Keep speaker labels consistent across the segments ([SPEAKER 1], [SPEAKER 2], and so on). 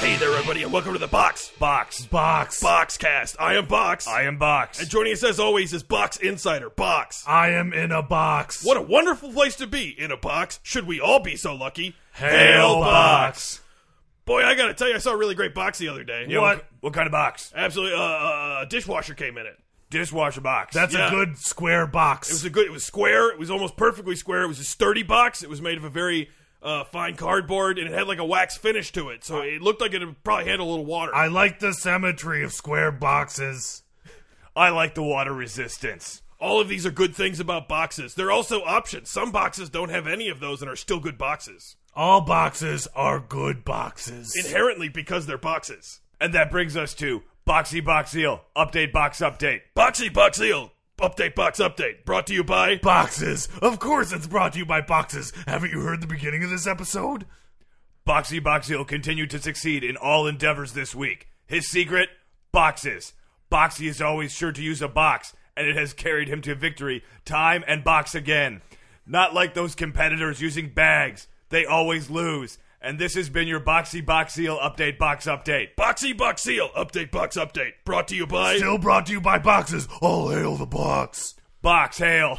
[SPEAKER 1] Hey there, everybody, and welcome to the Box Box
[SPEAKER 2] Box.
[SPEAKER 1] Boxcast. I am Box,
[SPEAKER 2] am Box.
[SPEAKER 1] and joining us as always is Box Insider Box.
[SPEAKER 2] I am in a box.
[SPEAKER 1] What a wonderful place to be in a box. Should we all be so lucky? Boy, I gotta tell you, I saw a really great box the other day.
[SPEAKER 2] What kind of box?
[SPEAKER 1] Absolutely, uh, uh, a dishwasher came in it.
[SPEAKER 2] Dishwasher box. That's
[SPEAKER 1] a Yeah. good
[SPEAKER 2] square
[SPEAKER 1] It
[SPEAKER 2] box.
[SPEAKER 1] was a good. It was square. It was almost perfectly square. It was a sturdy box. It was made of a very uh, fine cardboard, and it had like a wax finish to it, so it looked like it would probably handle a little water.
[SPEAKER 3] I like the symmetry of square boxes. I like the water resistance.
[SPEAKER 1] All of these are good things about boxes. They're also options. Some boxes don't have any of those and are still good boxes.
[SPEAKER 3] All boxes are good boxes.
[SPEAKER 1] Inherently because they're boxes.
[SPEAKER 3] And that brings us to Boxy Box Eel. Update Box Update.
[SPEAKER 1] Boxy Box Eel. Update box update. Brought to you by
[SPEAKER 3] Boxes! Of course it's brought to you by boxes. Haven't you heard the beginning of this episode?
[SPEAKER 4] Boxy Boxio continued to succeed in all endeavors this week. His secret? Boxes. Boxy is always sure to use a box, and it has carried him to victory time and box again. Not like those competitors using bags, they always lose. And this has been your Boxy Boxio update box update.
[SPEAKER 1] Boxy Box Eel. Update box update. Brought to you by
[SPEAKER 3] Still brought to you by boxes. All hail the box.
[SPEAKER 4] Box hail.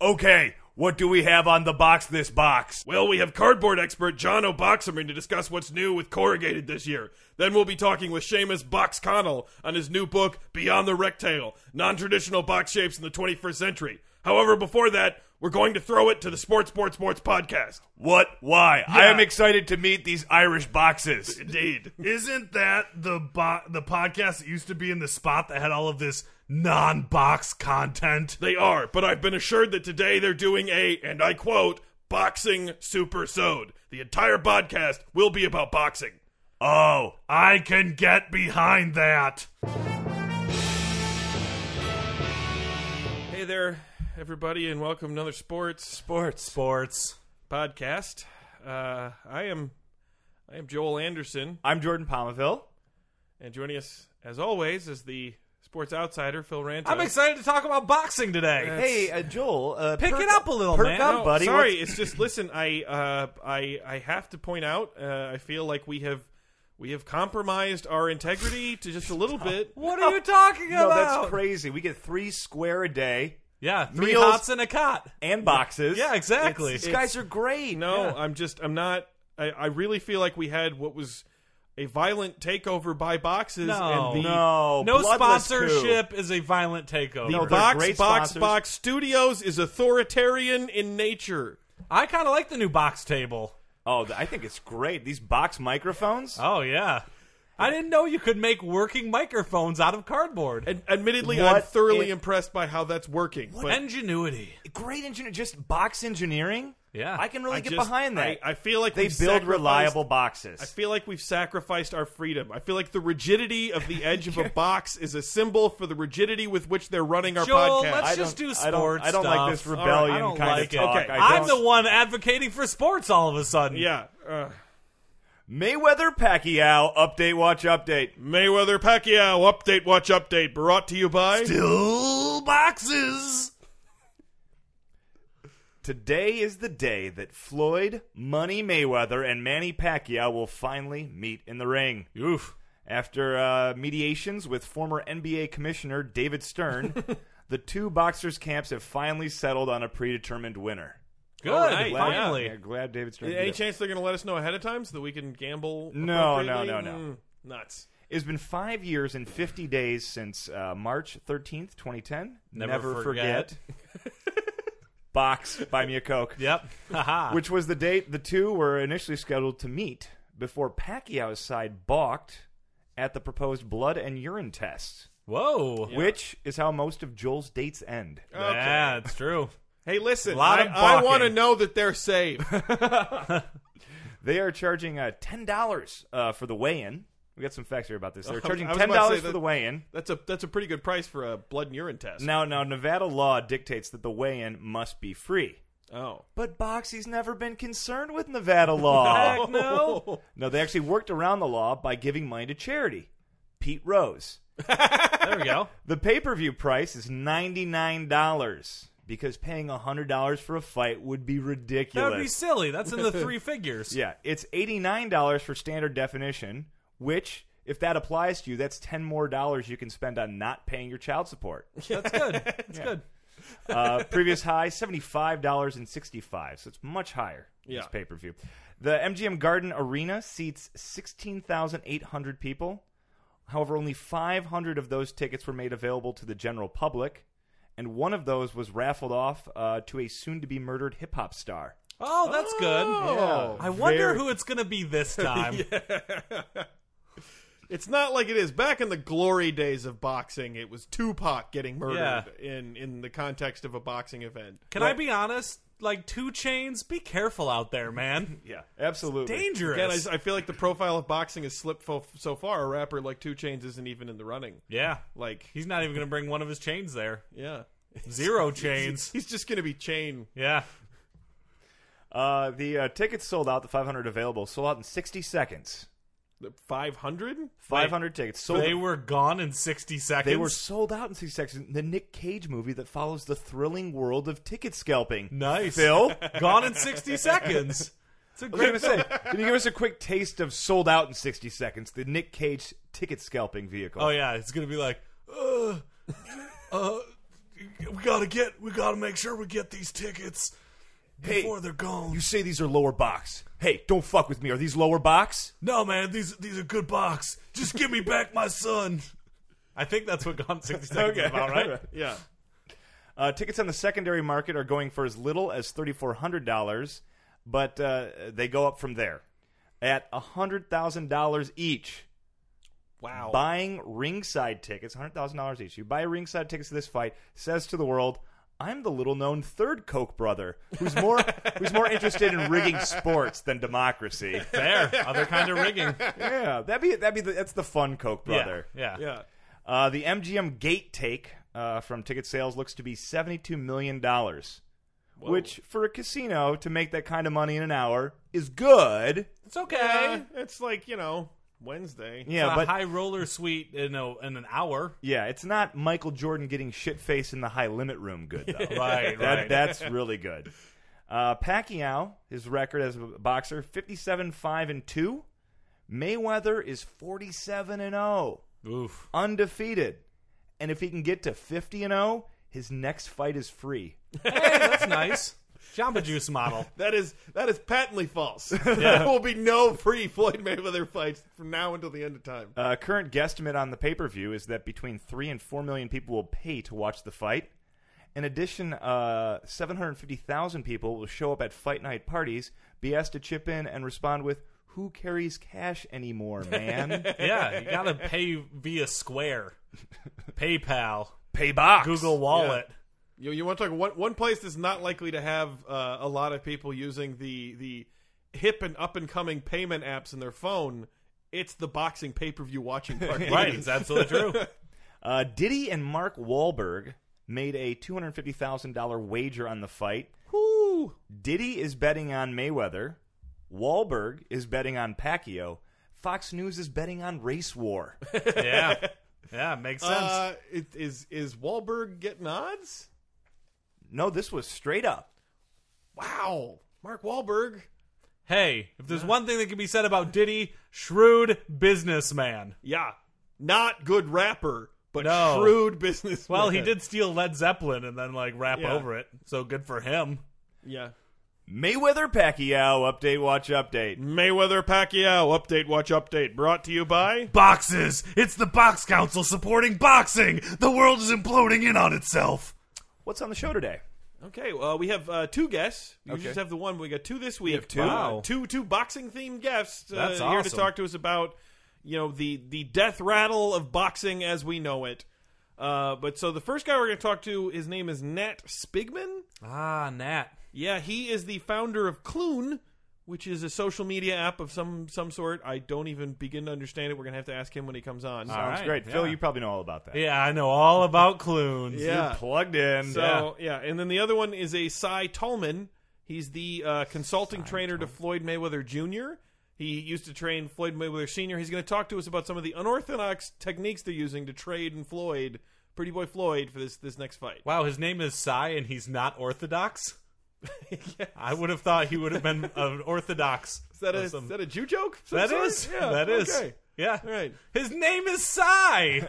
[SPEAKER 4] Okay, what do we have on the box this box?
[SPEAKER 1] Well, we have cardboard expert John O'Boxerman to discuss what's new with corrugated this year. Then we'll be talking with Seamus Box Connell on his new book, Beyond the Rectale Non Traditional Box Shapes in the 21st Century. However, before that, we're going to throw it to the Sports, Sports, Sports podcast.
[SPEAKER 4] What? Why? I am excited to meet these Irish boxes.
[SPEAKER 1] Indeed.
[SPEAKER 3] Isn't that the bo- the podcast that used to be in the spot that had all of this non-box content?
[SPEAKER 1] They are, but I've been assured that today they're doing a, and I quote, boxing super sode. The entire podcast will be about boxing.
[SPEAKER 4] Oh,
[SPEAKER 3] I can get behind that.
[SPEAKER 1] Hey there, everybody, and welcome to another sports
[SPEAKER 4] sports.
[SPEAKER 3] Sports.
[SPEAKER 1] podcast. Uh, I am I am Joel Anderson,
[SPEAKER 4] I'm Jordan Palmaville.
[SPEAKER 1] and joining us as always is the sports outsider Phil Ranto.
[SPEAKER 2] I'm excited to talk about boxing today.
[SPEAKER 4] Hey, uh, Joel, uh,
[SPEAKER 2] Pick
[SPEAKER 4] perk-
[SPEAKER 2] it up a little,
[SPEAKER 4] perk
[SPEAKER 2] man.
[SPEAKER 4] Up,
[SPEAKER 1] No,
[SPEAKER 4] buddy.
[SPEAKER 1] Oh, sorry,
[SPEAKER 4] What's-
[SPEAKER 1] it's just listen. I uh, I I have to point out. Uh, I feel like we have we have compromised our integrity to just a little bit.
[SPEAKER 2] What are you talking
[SPEAKER 4] No,
[SPEAKER 2] about?
[SPEAKER 4] that's crazy. We get three square a day
[SPEAKER 2] Yeah, three
[SPEAKER 4] Meals-
[SPEAKER 2] hops and a cot.
[SPEAKER 4] and boxes.
[SPEAKER 2] Yeah, exactly.
[SPEAKER 4] These guys are great.
[SPEAKER 1] No,
[SPEAKER 2] Yeah.
[SPEAKER 1] I'm just I'm not. I, I really feel like we had what was a violent takeover by boxes
[SPEAKER 2] No.
[SPEAKER 1] and the
[SPEAKER 4] no,
[SPEAKER 2] no
[SPEAKER 4] Oh, bloodless coup.
[SPEAKER 2] sponsorship is a violent takeover.
[SPEAKER 4] No, they're
[SPEAKER 1] Box
[SPEAKER 4] great
[SPEAKER 1] Box
[SPEAKER 4] sponsors.
[SPEAKER 1] Box Studios is authoritarian in nature.
[SPEAKER 2] I kind of like the new box table.
[SPEAKER 4] Oh, th- I think it's great. These box microphones.
[SPEAKER 1] Uh,
[SPEAKER 2] Oh yeah, I didn't know you could make working microphones out of cardboard.
[SPEAKER 1] And admittedly,
[SPEAKER 4] What
[SPEAKER 1] I'm thoroughly
[SPEAKER 4] in-
[SPEAKER 1] impressed by how that's working. But
[SPEAKER 2] Ingenuity.
[SPEAKER 4] Great engineering, just box engineering.
[SPEAKER 2] Yeah.
[SPEAKER 4] I can really
[SPEAKER 1] I
[SPEAKER 4] get
[SPEAKER 1] just-
[SPEAKER 4] behind that.
[SPEAKER 1] I, I feel like
[SPEAKER 4] they
[SPEAKER 1] we've
[SPEAKER 4] build
[SPEAKER 1] sacrificed-
[SPEAKER 4] reliable
[SPEAKER 1] I
[SPEAKER 4] boxes.
[SPEAKER 1] feel like we've sacrificed our freedom. I feel like the rigidity of the edge of a box is a symbol for the rigidity with which they're running our
[SPEAKER 2] Joel,
[SPEAKER 1] podcast.
[SPEAKER 2] let's
[SPEAKER 4] I
[SPEAKER 2] just
[SPEAKER 4] don't-
[SPEAKER 2] do sports.
[SPEAKER 4] I don't- I don't like
[SPEAKER 2] stuff.
[SPEAKER 4] this
[SPEAKER 2] All right,
[SPEAKER 4] rebellion
[SPEAKER 2] I don't
[SPEAKER 4] kinda
[SPEAKER 2] like it.
[SPEAKER 4] talk.
[SPEAKER 2] Okay.
[SPEAKER 4] I
[SPEAKER 2] I'm
[SPEAKER 4] don't-
[SPEAKER 2] the one advocating for sports all of a sudden.
[SPEAKER 1] yeah. Uh,
[SPEAKER 4] Mayweather Pacquiao update. Watch update.
[SPEAKER 1] Mayweather Pacquiao update watch update brought to you by
[SPEAKER 3] Still boxes.
[SPEAKER 4] Today is the day that Floyd, Money Mayweather, and Manny Pacquiao will finally meet in the ring.
[SPEAKER 2] Oof.
[SPEAKER 4] After uh, mediations with former NBA commissioner David Stern, the two boxers' camps have finally settled on a predetermined winner.
[SPEAKER 2] Good.
[SPEAKER 1] All right,
[SPEAKER 4] Glad,
[SPEAKER 2] finally.
[SPEAKER 4] yeah, glad David Stern.
[SPEAKER 1] Any
[SPEAKER 4] did it.
[SPEAKER 1] chance they're going to let us know ahead of time so that we can gamble?
[SPEAKER 4] No,
[SPEAKER 1] appropriately?
[SPEAKER 4] no, no, no.
[SPEAKER 1] Mm, nuts.
[SPEAKER 4] It's been five years and 50 days since uh, March 13th, 2010.
[SPEAKER 2] Never
[SPEAKER 4] forget. Box, buy me a Coke.
[SPEAKER 2] Yep. Haha.
[SPEAKER 4] which was the date the two were initially scheduled to meet before Pacquiao's side balked at the proposed blood and urine test,
[SPEAKER 2] Whoa.
[SPEAKER 4] which is how most of Joel's dates end.
[SPEAKER 1] Okay.
[SPEAKER 2] Yeah, it's true.
[SPEAKER 1] Hey, listen,
[SPEAKER 2] Lot
[SPEAKER 1] I,
[SPEAKER 2] of
[SPEAKER 1] I want to
[SPEAKER 2] balking.
[SPEAKER 1] know that they're safe.
[SPEAKER 4] They are charging uh, ten dollars uh, for the weigh-in. We got some facts here about this. They're
[SPEAKER 1] I was-
[SPEAKER 4] charging
[SPEAKER 1] I was
[SPEAKER 4] ten
[SPEAKER 1] about to
[SPEAKER 4] dollars
[SPEAKER 1] say
[SPEAKER 4] for
[SPEAKER 1] that-
[SPEAKER 4] the weigh-in.
[SPEAKER 1] That's a that's a pretty good price for a blood and urine test.
[SPEAKER 4] Now, now Nevada law dictates that the weigh-in must be free.
[SPEAKER 1] oh.
[SPEAKER 4] But Boxy's never been concerned with Nevada law.
[SPEAKER 1] Heck no.
[SPEAKER 4] No, they actually worked around the law by giving money to charity. Pete Rose.
[SPEAKER 3] There we go.
[SPEAKER 4] The pay per view price is ninety nine dollars because paying hundred dollars for a fight would be
[SPEAKER 2] That
[SPEAKER 4] ridiculous.
[SPEAKER 2] would be silly. That's in the three figures.
[SPEAKER 4] yeah, it's eighty nine dollars for standard definition, which if that applies to you, that's ten more dollars you can spend on not paying your child support.
[SPEAKER 2] That's good. That's good.
[SPEAKER 4] Uh, previous high seventy five dollars and sixty five, so it's much higher.
[SPEAKER 1] Yeah.
[SPEAKER 4] This pay per view. The MGM Garden Arena seats sixteen thousand eight hundred people. However, only five hundred of those tickets were made available to the general public, and one of those was raffled off uh, to a soon to be murdered hip hop star.
[SPEAKER 2] Oh, that's good.
[SPEAKER 1] Oh.
[SPEAKER 2] I wonder
[SPEAKER 4] Very-
[SPEAKER 2] who it's going to be this time.
[SPEAKER 1] It's not like it is back in the glory days of boxing. It was Tupac getting murdered in in the context of a boxing event.
[SPEAKER 2] Can I be honest? Like two chains, be careful out there, man.
[SPEAKER 4] Yeah, absolutely.
[SPEAKER 2] Dangerous.
[SPEAKER 1] Again, I, I feel like the profile of boxing has slipped fo- so far. A rapper like Two Chains isn't even in the running.
[SPEAKER 2] yeah,
[SPEAKER 1] Like,
[SPEAKER 2] he's not even going to bring one of his chains there.
[SPEAKER 1] yeah,
[SPEAKER 2] Zero chains.
[SPEAKER 1] he's just gonna be chain.
[SPEAKER 2] Yeah.
[SPEAKER 4] Uh, the uh, tickets sold out. The five hundred available sold out in sixty seconds.
[SPEAKER 1] Five hundred.
[SPEAKER 4] Five hundred tickets sold.
[SPEAKER 2] They were gone in 60 seconds.
[SPEAKER 4] They were sold out in six seconds. The Nick Cage movie that follows the thrilling world of ticket scalping.
[SPEAKER 2] nice.
[SPEAKER 4] Phil,
[SPEAKER 2] Gone in 60 seconds. It's a
[SPEAKER 4] I was going to
[SPEAKER 2] great
[SPEAKER 4] say, can you give us a quick taste of sold out in 60 seconds, the Nick Cage ticket scalping vehicle?
[SPEAKER 2] Oh yeah, it's going to be like uh, uh we got to get we got to make sure we get these tickets
[SPEAKER 4] Hey,
[SPEAKER 2] before they're gone.
[SPEAKER 4] you say these are lower box. Hey, don't fuck with me. Are these lower box?
[SPEAKER 2] No, man, these these are good box. Just give me back my son. I think that's what Gone in 60 Seconds is about, right?
[SPEAKER 1] Yeah.
[SPEAKER 4] Uh, tickets on the secondary market are going for as little as $3,400, but uh, they go up from there. At $100,000 each,
[SPEAKER 1] Wow.
[SPEAKER 4] buying ringside tickets, $100,000 each. You buy ringside tickets to this fight, says to the world, I'm the little known third Koch brother who's more who's more interested in rigging sports than democracy.
[SPEAKER 2] Fair. Other kind of rigging.
[SPEAKER 4] Yeah, that'd be that'd be the, that's the fun Coke brother.
[SPEAKER 2] Yeah. yeah.
[SPEAKER 1] yeah.
[SPEAKER 4] Uh, the MGM gate take uh, from ticket sales looks to be seventy-two million dollars, which for a casino to make that kind of money in an hour is good.
[SPEAKER 2] It's okay.
[SPEAKER 1] Uh, it's like you know Wednesday.
[SPEAKER 4] Yeah,
[SPEAKER 2] a
[SPEAKER 4] but
[SPEAKER 2] high roller suite in a, in an hour.
[SPEAKER 4] yeah, it's not Michael Jordan getting shit faced in the high limit room good though.
[SPEAKER 2] Right,
[SPEAKER 4] that, that's really good. Uh, Pacquiao, his record as a boxer, fifty-seven five and two. Mayweather is forty-seven and zero.
[SPEAKER 2] Oof.
[SPEAKER 4] undefeated. And if he can get to 50 and 0, his next fight is free.
[SPEAKER 2] Hey, that's nice. Jamba Juice model.
[SPEAKER 1] That is that is patently false. there will be no free Floyd Mayweather fights from now until the end of time.
[SPEAKER 4] Uh, current guesstimate on the pay per view is that between 3 and 4 million people will pay to watch the fight. In addition, uh, 750,000 people will show up at fight night parties, be asked to chip in, and respond with, Who carries cash anymore, man?
[SPEAKER 2] Yeah, you gotta pay via Square, PayPal,
[SPEAKER 4] pay box.
[SPEAKER 2] Google Wallet.
[SPEAKER 1] You, you want to talk one one place that's not likely to have uh, a lot of people using the the hip and up and coming payment apps in their phone. It's the boxing pay per view watching party.
[SPEAKER 2] Right, it's absolutely true.
[SPEAKER 4] Uh, Diddy and Mark Wahlberg made a $250,000 wager on the fight.
[SPEAKER 1] Woo.
[SPEAKER 4] Diddy is betting on Mayweather. Wahlberg is betting on Pacquiao. Fox News is betting on race war.
[SPEAKER 2] Yeah, yeah, makes sense.
[SPEAKER 1] Uh, it, is is Wahlberg getting odds?
[SPEAKER 4] no, this was straight up.
[SPEAKER 1] Wow, Mark Wahlberg.
[SPEAKER 2] hey, if there's one thing that can be said about Diddy, shrewd businessman.
[SPEAKER 1] Yeah, not good rapper, but
[SPEAKER 2] No.
[SPEAKER 1] shrewd business.
[SPEAKER 2] Well, he did steal Led Zeppelin and then like rap
[SPEAKER 1] Yeah.
[SPEAKER 2] over it, so good for him.
[SPEAKER 1] Yeah.
[SPEAKER 4] Mayweather Pacquiao update watch update.
[SPEAKER 1] Mayweather Pacquiao update watch update brought to you by
[SPEAKER 3] Boxes. It's the Box Council supporting boxing. The world is imploding in on itself.
[SPEAKER 4] What's on the show today?
[SPEAKER 1] Okay, well, we have uh, two guests. We
[SPEAKER 4] Okay.
[SPEAKER 1] just have the one. We got two this week.
[SPEAKER 4] have two?
[SPEAKER 1] Uh,
[SPEAKER 2] Wow.
[SPEAKER 1] two two boxing themed guests uh,
[SPEAKER 2] That's
[SPEAKER 1] here to
[SPEAKER 2] awesome.
[SPEAKER 1] talk to us about you know the the death rattle of boxing as we know it. Uh, but so the first guy we're going to talk to, his name is Nat Spigman.
[SPEAKER 2] Ah, Nat.
[SPEAKER 1] Yeah, he is the founder of Clune, which is a social media app of some some sort. I don't even begin to understand it. We're gonna have to ask him when he comes on.
[SPEAKER 5] All
[SPEAKER 2] Ah,
[SPEAKER 4] Sounds
[SPEAKER 5] right,
[SPEAKER 4] great.
[SPEAKER 5] yeah.
[SPEAKER 4] Phil, you probably know all about that.
[SPEAKER 2] Yeah, I know all about Clunes.
[SPEAKER 1] yeah.
[SPEAKER 4] Plugged in.
[SPEAKER 1] So yeah. and then the other one is a Cy Tallman. He's the uh, consulting trainer to Floyd Mayweather Jr. He used to train Floyd Mayweather Sr. He's going to talk to us about some of the unorthodox techniques they're using to trade in Floyd, Pretty Boy Floyd, for this this next fight.
[SPEAKER 2] Wow, his name is Cy, and he's not Orthodox. I would have thought he would have been an Orthodox.
[SPEAKER 1] Is that, a,
[SPEAKER 2] of some-
[SPEAKER 1] is that a Jew joke? of some
[SPEAKER 2] That
[SPEAKER 1] sort?
[SPEAKER 2] is.
[SPEAKER 1] Yeah,
[SPEAKER 2] that is.
[SPEAKER 1] okay.
[SPEAKER 2] Yeah.
[SPEAKER 1] All right.
[SPEAKER 2] His name is Psy.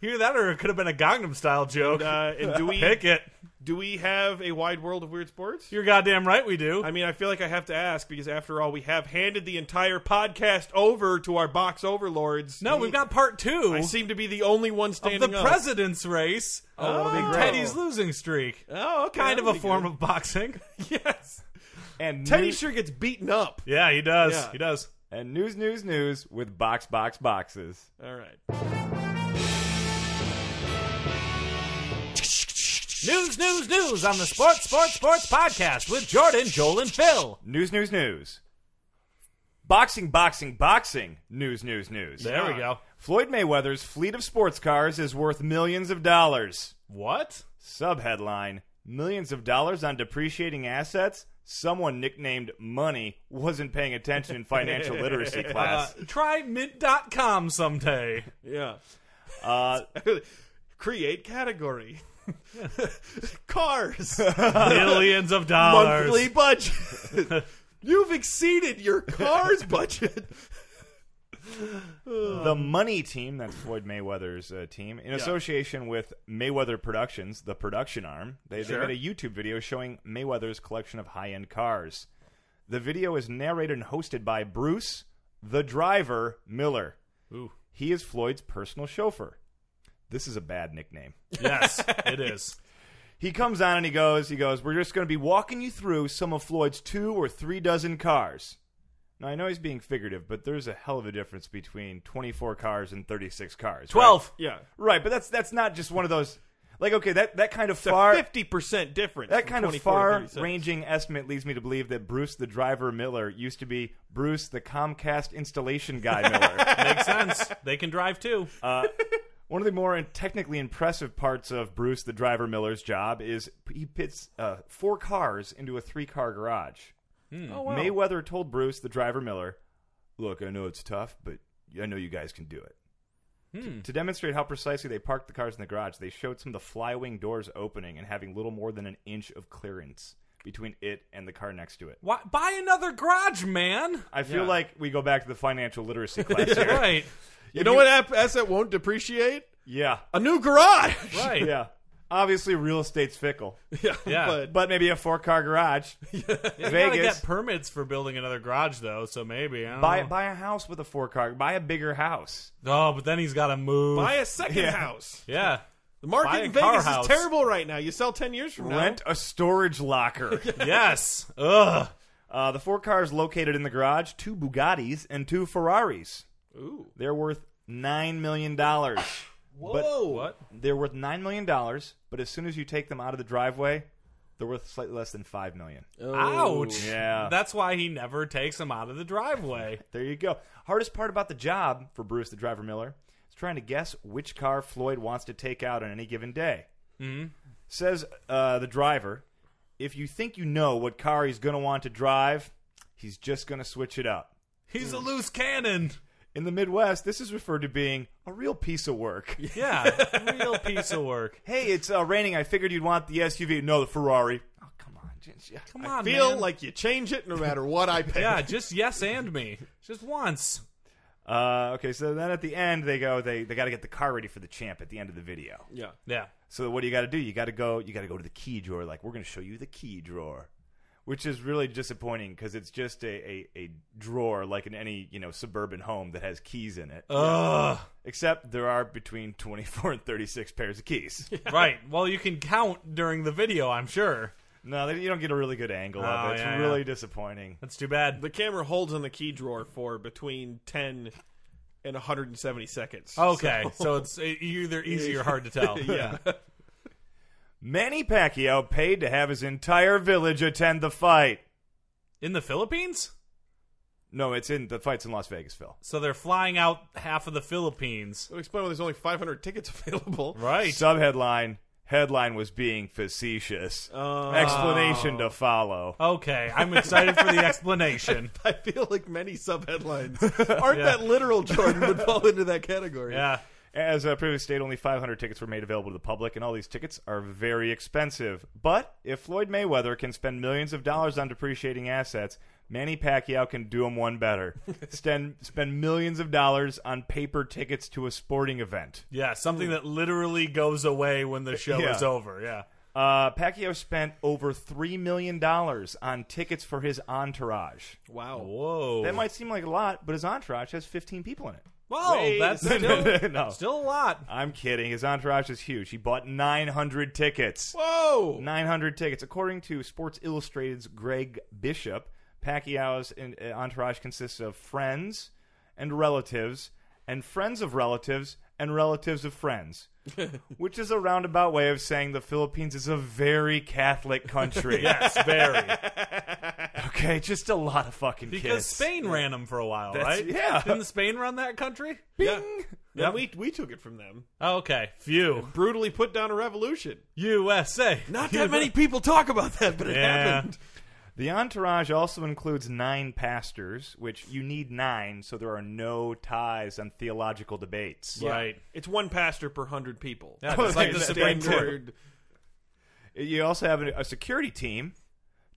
[SPEAKER 2] Hear that, or it could have been a Gangnam Style joke.
[SPEAKER 1] Uh, and do we
[SPEAKER 2] Pick it.
[SPEAKER 1] do we have a wide world of weird sports?
[SPEAKER 2] You're goddamn right we do.
[SPEAKER 1] I mean, I feel like I have to ask because after all, we have handed the entire podcast over to our box overlords.
[SPEAKER 2] no, we've got part two
[SPEAKER 1] I seem to be the only one
[SPEAKER 2] of
[SPEAKER 1] standing
[SPEAKER 2] the
[SPEAKER 1] up.
[SPEAKER 2] president's race.
[SPEAKER 1] that'll be
[SPEAKER 2] and
[SPEAKER 1] great.
[SPEAKER 2] Teddy's losing streak.
[SPEAKER 1] Oh, okay.
[SPEAKER 2] kind of a form of boxing.
[SPEAKER 1] yes.
[SPEAKER 4] And
[SPEAKER 1] Teddy
[SPEAKER 4] news,
[SPEAKER 1] sure gets beaten up.
[SPEAKER 2] yeah, he does.
[SPEAKER 1] Yeah.
[SPEAKER 2] He does.
[SPEAKER 4] and news, news, news with box, box, boxes.
[SPEAKER 1] All right.
[SPEAKER 2] News, news, news on the Sports, Sports, Sports podcast with Jordan, Joel, and Phil.
[SPEAKER 4] News, news, news. Boxing, boxing, boxing. News, news, news.
[SPEAKER 2] There we go.
[SPEAKER 4] Floyd Mayweather's fleet of sports cars is worth millions of dollars.
[SPEAKER 2] What?
[SPEAKER 4] Subheadline Millions of dollars on depreciating assets? Someone nicknamed Money wasn't paying attention in financial literacy class.
[SPEAKER 2] Uh, Try mint.com someday.
[SPEAKER 1] Yeah.
[SPEAKER 4] Uh,
[SPEAKER 1] Create category. Cars.
[SPEAKER 2] Millions of dollars.
[SPEAKER 1] Monthly budget. You've exceeded your car's budget.
[SPEAKER 4] the Money Team, that's Floyd Mayweather's uh, team, in association with Mayweather Productions, the production arm, they,
[SPEAKER 1] Sure.
[SPEAKER 4] they made a YouTube video showing Mayweather's collection of high end cars. The video is narrated and hosted by Bruce, the driver, Miller.
[SPEAKER 2] Ooh.
[SPEAKER 4] He is Floyd's personal chauffeur. This is a bad nickname.
[SPEAKER 2] Yes, it is.
[SPEAKER 4] He comes on and he goes, he goes, we're just going to be walking you through some of Floyd's two or three dozen cars. Now I know he's being figurative, but there's a hell of a difference between 24 cars and 36 cars.
[SPEAKER 2] Twelve.
[SPEAKER 1] Yeah.
[SPEAKER 4] Right, right but that's that's not just one of those. Like okay, that that kind of far.
[SPEAKER 1] Fifty percent difference.
[SPEAKER 4] That
[SPEAKER 1] from
[SPEAKER 4] kind of
[SPEAKER 1] 24 to
[SPEAKER 4] far
[SPEAKER 1] 36.
[SPEAKER 4] ranging estimate leads me to believe that Bruce the driver Miller used to be Bruce the Comcast installation guy Miller.
[SPEAKER 2] Makes sense. They can drive too.
[SPEAKER 4] One of the more technically impressive parts of Bruce the driver Miller's job is he pits uh, four cars into a three car garage.
[SPEAKER 1] Oh, wow.
[SPEAKER 4] Mayweather told Bruce the driver Miller, "Look, I know it's tough, but I know you guys can do it." To,
[SPEAKER 1] Hmm.
[SPEAKER 4] to demonstrate how precisely they parked the cars in the garage, they showed some of the flywing doors opening and having little more than an inch of clearance between it and the car next to it.
[SPEAKER 2] Why, buy another garage, man.
[SPEAKER 4] I feel
[SPEAKER 1] Yeah.
[SPEAKER 4] like we go back to the financial literacy class here.
[SPEAKER 2] Right.
[SPEAKER 1] You know what app asset won't depreciate?
[SPEAKER 4] Yeah,
[SPEAKER 1] A new garage.
[SPEAKER 2] Right.
[SPEAKER 4] yeah. Obviously, real estate's fickle,
[SPEAKER 1] yeah.
[SPEAKER 2] Yeah.
[SPEAKER 1] But,
[SPEAKER 4] but maybe a four-car garage.
[SPEAKER 2] You gotta
[SPEAKER 4] Vegas.
[SPEAKER 2] get permits for building another garage though, so maybe. I don't
[SPEAKER 4] Buy
[SPEAKER 2] know.
[SPEAKER 4] buy a house with a four-car. Buy a bigger house.
[SPEAKER 2] oh, but then he's got to move.
[SPEAKER 1] buy a second house.
[SPEAKER 2] yeah.
[SPEAKER 1] The
[SPEAKER 2] Buy
[SPEAKER 1] market
[SPEAKER 2] a
[SPEAKER 1] in
[SPEAKER 2] car
[SPEAKER 1] Vegas
[SPEAKER 2] house.
[SPEAKER 1] is terrible right now. You sell ten years from now.
[SPEAKER 4] Rent a storage locker.
[SPEAKER 2] yes. Ugh.
[SPEAKER 4] Uh, the four cars located in the garage: two Bugattis and two Ferraris.
[SPEAKER 1] Ooh.
[SPEAKER 4] They're worth nine million dollars.
[SPEAKER 1] Whoa.
[SPEAKER 2] What?
[SPEAKER 4] They're worth nine million dollars, but as soon as you take them out of the driveway, they're worth slightly less than five million.
[SPEAKER 1] Oh.
[SPEAKER 2] Ouch.
[SPEAKER 4] Yeah.
[SPEAKER 2] That's why he never takes him out of the driveway.
[SPEAKER 4] There you go. Hardest part about the job for Bruce the driver Miller is trying to guess which car Floyd wants to take out on any given day. Mm-hmm. Says uh, the driver, if you think you know what car he's going to want to drive, he's just going to switch it up.
[SPEAKER 2] He's a loose cannon.
[SPEAKER 4] In the Midwest, this is referred to being a real piece of work.
[SPEAKER 2] Yeah. Real piece of work.
[SPEAKER 4] Hey, it's uh, raining. I figured you'd want the SUV. No, the Ferrari. Oh, come on. Jin-
[SPEAKER 2] Come on,
[SPEAKER 1] Feel
[SPEAKER 2] man.
[SPEAKER 1] like you change it no matter what I pay.
[SPEAKER 2] Yeah, just yes and me. Just once.
[SPEAKER 4] Uh, okay, so then at the end, they go, they, they got to get the car ready for the champ at the end of the video.
[SPEAKER 1] Yeah.
[SPEAKER 2] Yeah.
[SPEAKER 4] So what do you got to do? You got to go, you got to go to the key drawer. Like, we're going to show you the key drawer. Which is really disappointing because it's just a, a, a drawer like in any you know suburban home that has keys in it.
[SPEAKER 2] Ugh.
[SPEAKER 4] Except there are between twenty four and thirty six pairs of keys.
[SPEAKER 2] Right. Well, you can count during the video, I'm sure.
[SPEAKER 4] No, they- you don't get a really good angle of
[SPEAKER 2] Oh,
[SPEAKER 4] it. It's
[SPEAKER 2] yeah, yeah.
[SPEAKER 4] really disappointing.
[SPEAKER 2] That's too bad.
[SPEAKER 1] The camera holds on the key drawer for between 10 and 170 seconds.
[SPEAKER 2] Okay, so, it's e- either easy or hard to tell.
[SPEAKER 1] Yeah.
[SPEAKER 4] Manny Pacquiao paid to have his entire village attend the fight.
[SPEAKER 2] In the Philippines?
[SPEAKER 4] No, it's in the fights in Las Vegas, Phil.
[SPEAKER 2] So they're flying out half of the Philippines.
[SPEAKER 1] That would explain why there's only 500 tickets available.
[SPEAKER 2] Right.
[SPEAKER 4] Sub headline. Headline was being facetious.
[SPEAKER 2] Oh.
[SPEAKER 4] Explanation to follow.
[SPEAKER 2] Okay, I'm excited for the explanation.
[SPEAKER 1] I feel like many sub headlines aren't that literal, Jordan, would fall into that category.
[SPEAKER 2] Yeah.
[SPEAKER 4] As uh, previously stated, only 500 tickets were made available to the public, and all these tickets are very expensive. But if Floyd Mayweather can spend millions of dollars on depreciating assets, Manny Pacquiao can do him one better. spend, spend millions of dollars on paper tickets to a sporting event.
[SPEAKER 2] Yeah, something that literally goes away when the show
[SPEAKER 4] Yeah.
[SPEAKER 2] is over. Yeah.
[SPEAKER 4] Uh, Pacquiao spent over $3 million on tickets for his entourage.
[SPEAKER 1] Wow.
[SPEAKER 2] Whoa.
[SPEAKER 4] That might seem like a lot, but his entourage has 15 people in it.
[SPEAKER 2] Whoa,
[SPEAKER 1] Wait.
[SPEAKER 2] that's still,
[SPEAKER 4] no.
[SPEAKER 2] still a lot.
[SPEAKER 4] I'm kidding. His entourage is huge. He bought 900 tickets.
[SPEAKER 1] Whoa.
[SPEAKER 4] 900 tickets. According to Sports Illustrated's Greg Bishop, Pacquiao's en- uh, entourage consists of friends and relatives, and friends of relatives, and relatives of friends, which is a roundabout way of saying the Philippines is a very Catholic country.
[SPEAKER 2] Yes, very.
[SPEAKER 4] Okay, just a lot of fucking
[SPEAKER 2] Because
[SPEAKER 4] kids.
[SPEAKER 2] Spain ran them for a while, right?
[SPEAKER 4] yeah.
[SPEAKER 2] Didn't Spain run that country?
[SPEAKER 1] Yeah. Yeah, we, we took it from them.
[SPEAKER 2] Oh, okay. Phew.
[SPEAKER 1] Brutally put down a revolution.
[SPEAKER 2] USA.
[SPEAKER 1] Not that many people talk about that, but it
[SPEAKER 2] Yeah.
[SPEAKER 1] happened.
[SPEAKER 4] The entourage also includes nine pastors, which you need nine, so there are no ties on theological debates.
[SPEAKER 2] Right.
[SPEAKER 1] It's one pastor per hundred people.
[SPEAKER 2] Yeah, just like the Supreme Court.
[SPEAKER 1] Standard.
[SPEAKER 4] You also have a, a security team,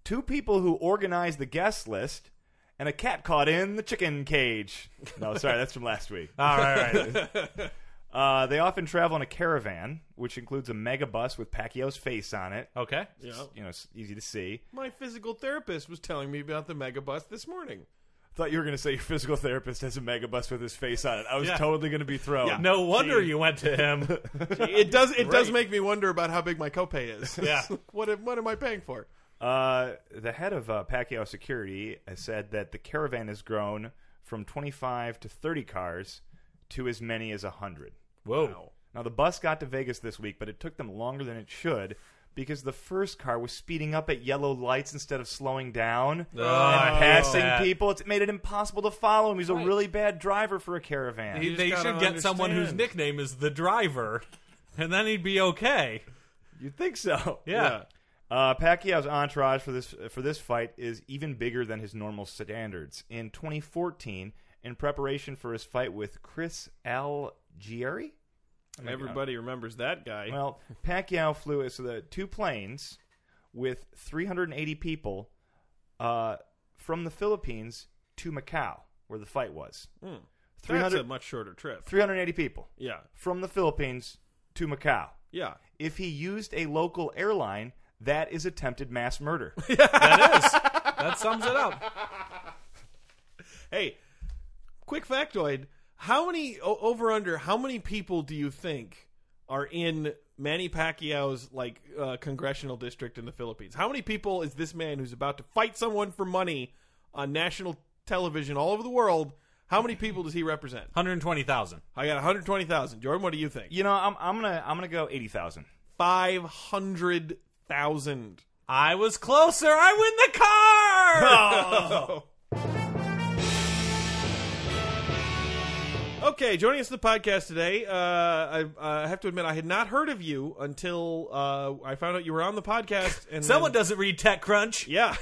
[SPEAKER 4] two people who organize the guest list, and a cat caught in the chicken cage. No, sorry, that's from last week.
[SPEAKER 2] All right, all right.
[SPEAKER 4] Uh, they often travel in a caravan, which includes a mega bus with Pacquiao's face on it.
[SPEAKER 2] Okay.
[SPEAKER 1] Yeah.
[SPEAKER 4] You know, it's easy to see.
[SPEAKER 1] My physical therapist was telling me about the megabus this morning.
[SPEAKER 4] Thought you were going to say your physical therapist has a mega bus with his face on it. I was
[SPEAKER 2] Yeah.
[SPEAKER 4] totally going to be thrown.
[SPEAKER 1] Yeah.
[SPEAKER 2] No wonder you went to him.
[SPEAKER 1] It does. It does
[SPEAKER 2] Great.
[SPEAKER 1] make me wonder about how big my copay is.
[SPEAKER 2] Yeah.
[SPEAKER 1] what am, What am I paying for?
[SPEAKER 4] Uh, the head of uh, Pacquiao Security has said that the caravan has grown from 25 to 30 cars to as many as 100.
[SPEAKER 2] Whoa.
[SPEAKER 4] Now, the bus got to Vegas this week, but it took them longer than it should because the first car was speeding up at yellow lights instead of slowing down and
[SPEAKER 2] Oh, I hate
[SPEAKER 4] Uh, passing
[SPEAKER 2] that.
[SPEAKER 4] people. It's made it impossible to follow him. He's a really bad driver for a caravan.
[SPEAKER 1] He- You just
[SPEAKER 2] they should
[SPEAKER 1] gotta
[SPEAKER 2] get someone whose
[SPEAKER 1] understand.
[SPEAKER 2] nickname is the driver, and then he'd be okay.
[SPEAKER 4] You'd think so.
[SPEAKER 2] Yeah.
[SPEAKER 4] Uh, Pacquiao's entourage for this for this fight is even bigger than his normal standards. In 2014, in preparation for his fight with Chris Algieri,
[SPEAKER 1] Everybody remembers that guy.
[SPEAKER 4] well, Pacquiao flew so the two planes with 380 people uh, from the Philippines to Macau, where the fight was.
[SPEAKER 1] Hmm. That's
[SPEAKER 4] 300
[SPEAKER 1] a much shorter trip.
[SPEAKER 4] 380 people
[SPEAKER 1] Yeah.
[SPEAKER 4] from the Philippines to Macau.
[SPEAKER 1] Yeah.
[SPEAKER 4] If he used a local airline, that is attempted mass murder.
[SPEAKER 2] That sums it up.
[SPEAKER 1] Hey, quick factoid: How many o- over under? How many people do you think are in Manny Pacquiao's like uh, congressional district in the Philippines? How many people is this man who's about to fight someone for money on national television all over the world? How many people does he represent?
[SPEAKER 2] 120,000.
[SPEAKER 1] I got 120,000. Jordan, what do you think?
[SPEAKER 4] You know, I'm I'm gonna I'm gonna go eighty thousand.
[SPEAKER 1] 500,000.
[SPEAKER 2] I was closer. I win the car.
[SPEAKER 1] Oh, Okay, joining us on the podcast today, uh, I, I have to admit I had not heard of you until uh, I found out you were on the podcast. And
[SPEAKER 2] Someone
[SPEAKER 1] then,
[SPEAKER 2] doesn't read TechCrunch.
[SPEAKER 1] yeah,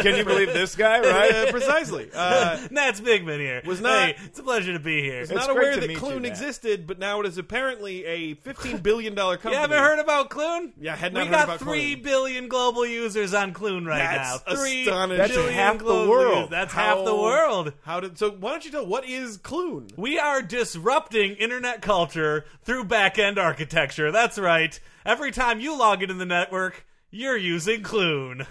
[SPEAKER 4] Can you believe this guy? Right?
[SPEAKER 1] Uh, precisely. Uh,
[SPEAKER 2] Matt's Bigman here.
[SPEAKER 1] Was not-
[SPEAKER 2] Hey, it's a pleasure to be here.
[SPEAKER 4] It's
[SPEAKER 1] not
[SPEAKER 4] great
[SPEAKER 1] aware
[SPEAKER 4] to
[SPEAKER 1] that
[SPEAKER 4] meet you,
[SPEAKER 1] Clune
[SPEAKER 4] Matt.
[SPEAKER 1] existed, but now it is apparently a fifteen billion dollar
[SPEAKER 2] You
[SPEAKER 1] company.
[SPEAKER 2] haven't heard about Clune?
[SPEAKER 1] Yeah, I had
[SPEAKER 2] we
[SPEAKER 1] not heard
[SPEAKER 2] got
[SPEAKER 1] about
[SPEAKER 2] three
[SPEAKER 1] Clune.
[SPEAKER 2] billion global users on Clune right
[SPEAKER 1] That's
[SPEAKER 2] now. Three
[SPEAKER 1] astonishing.
[SPEAKER 4] That's
[SPEAKER 2] billion
[SPEAKER 4] half the
[SPEAKER 2] global
[SPEAKER 4] world.
[SPEAKER 2] users. That's
[SPEAKER 1] How-
[SPEAKER 2] half the world.
[SPEAKER 1] How did? So why don't you tell what is Clune?
[SPEAKER 2] We are disrupting internet culture through back end architecture. That's right. Every time you log into the network, you're using Clune.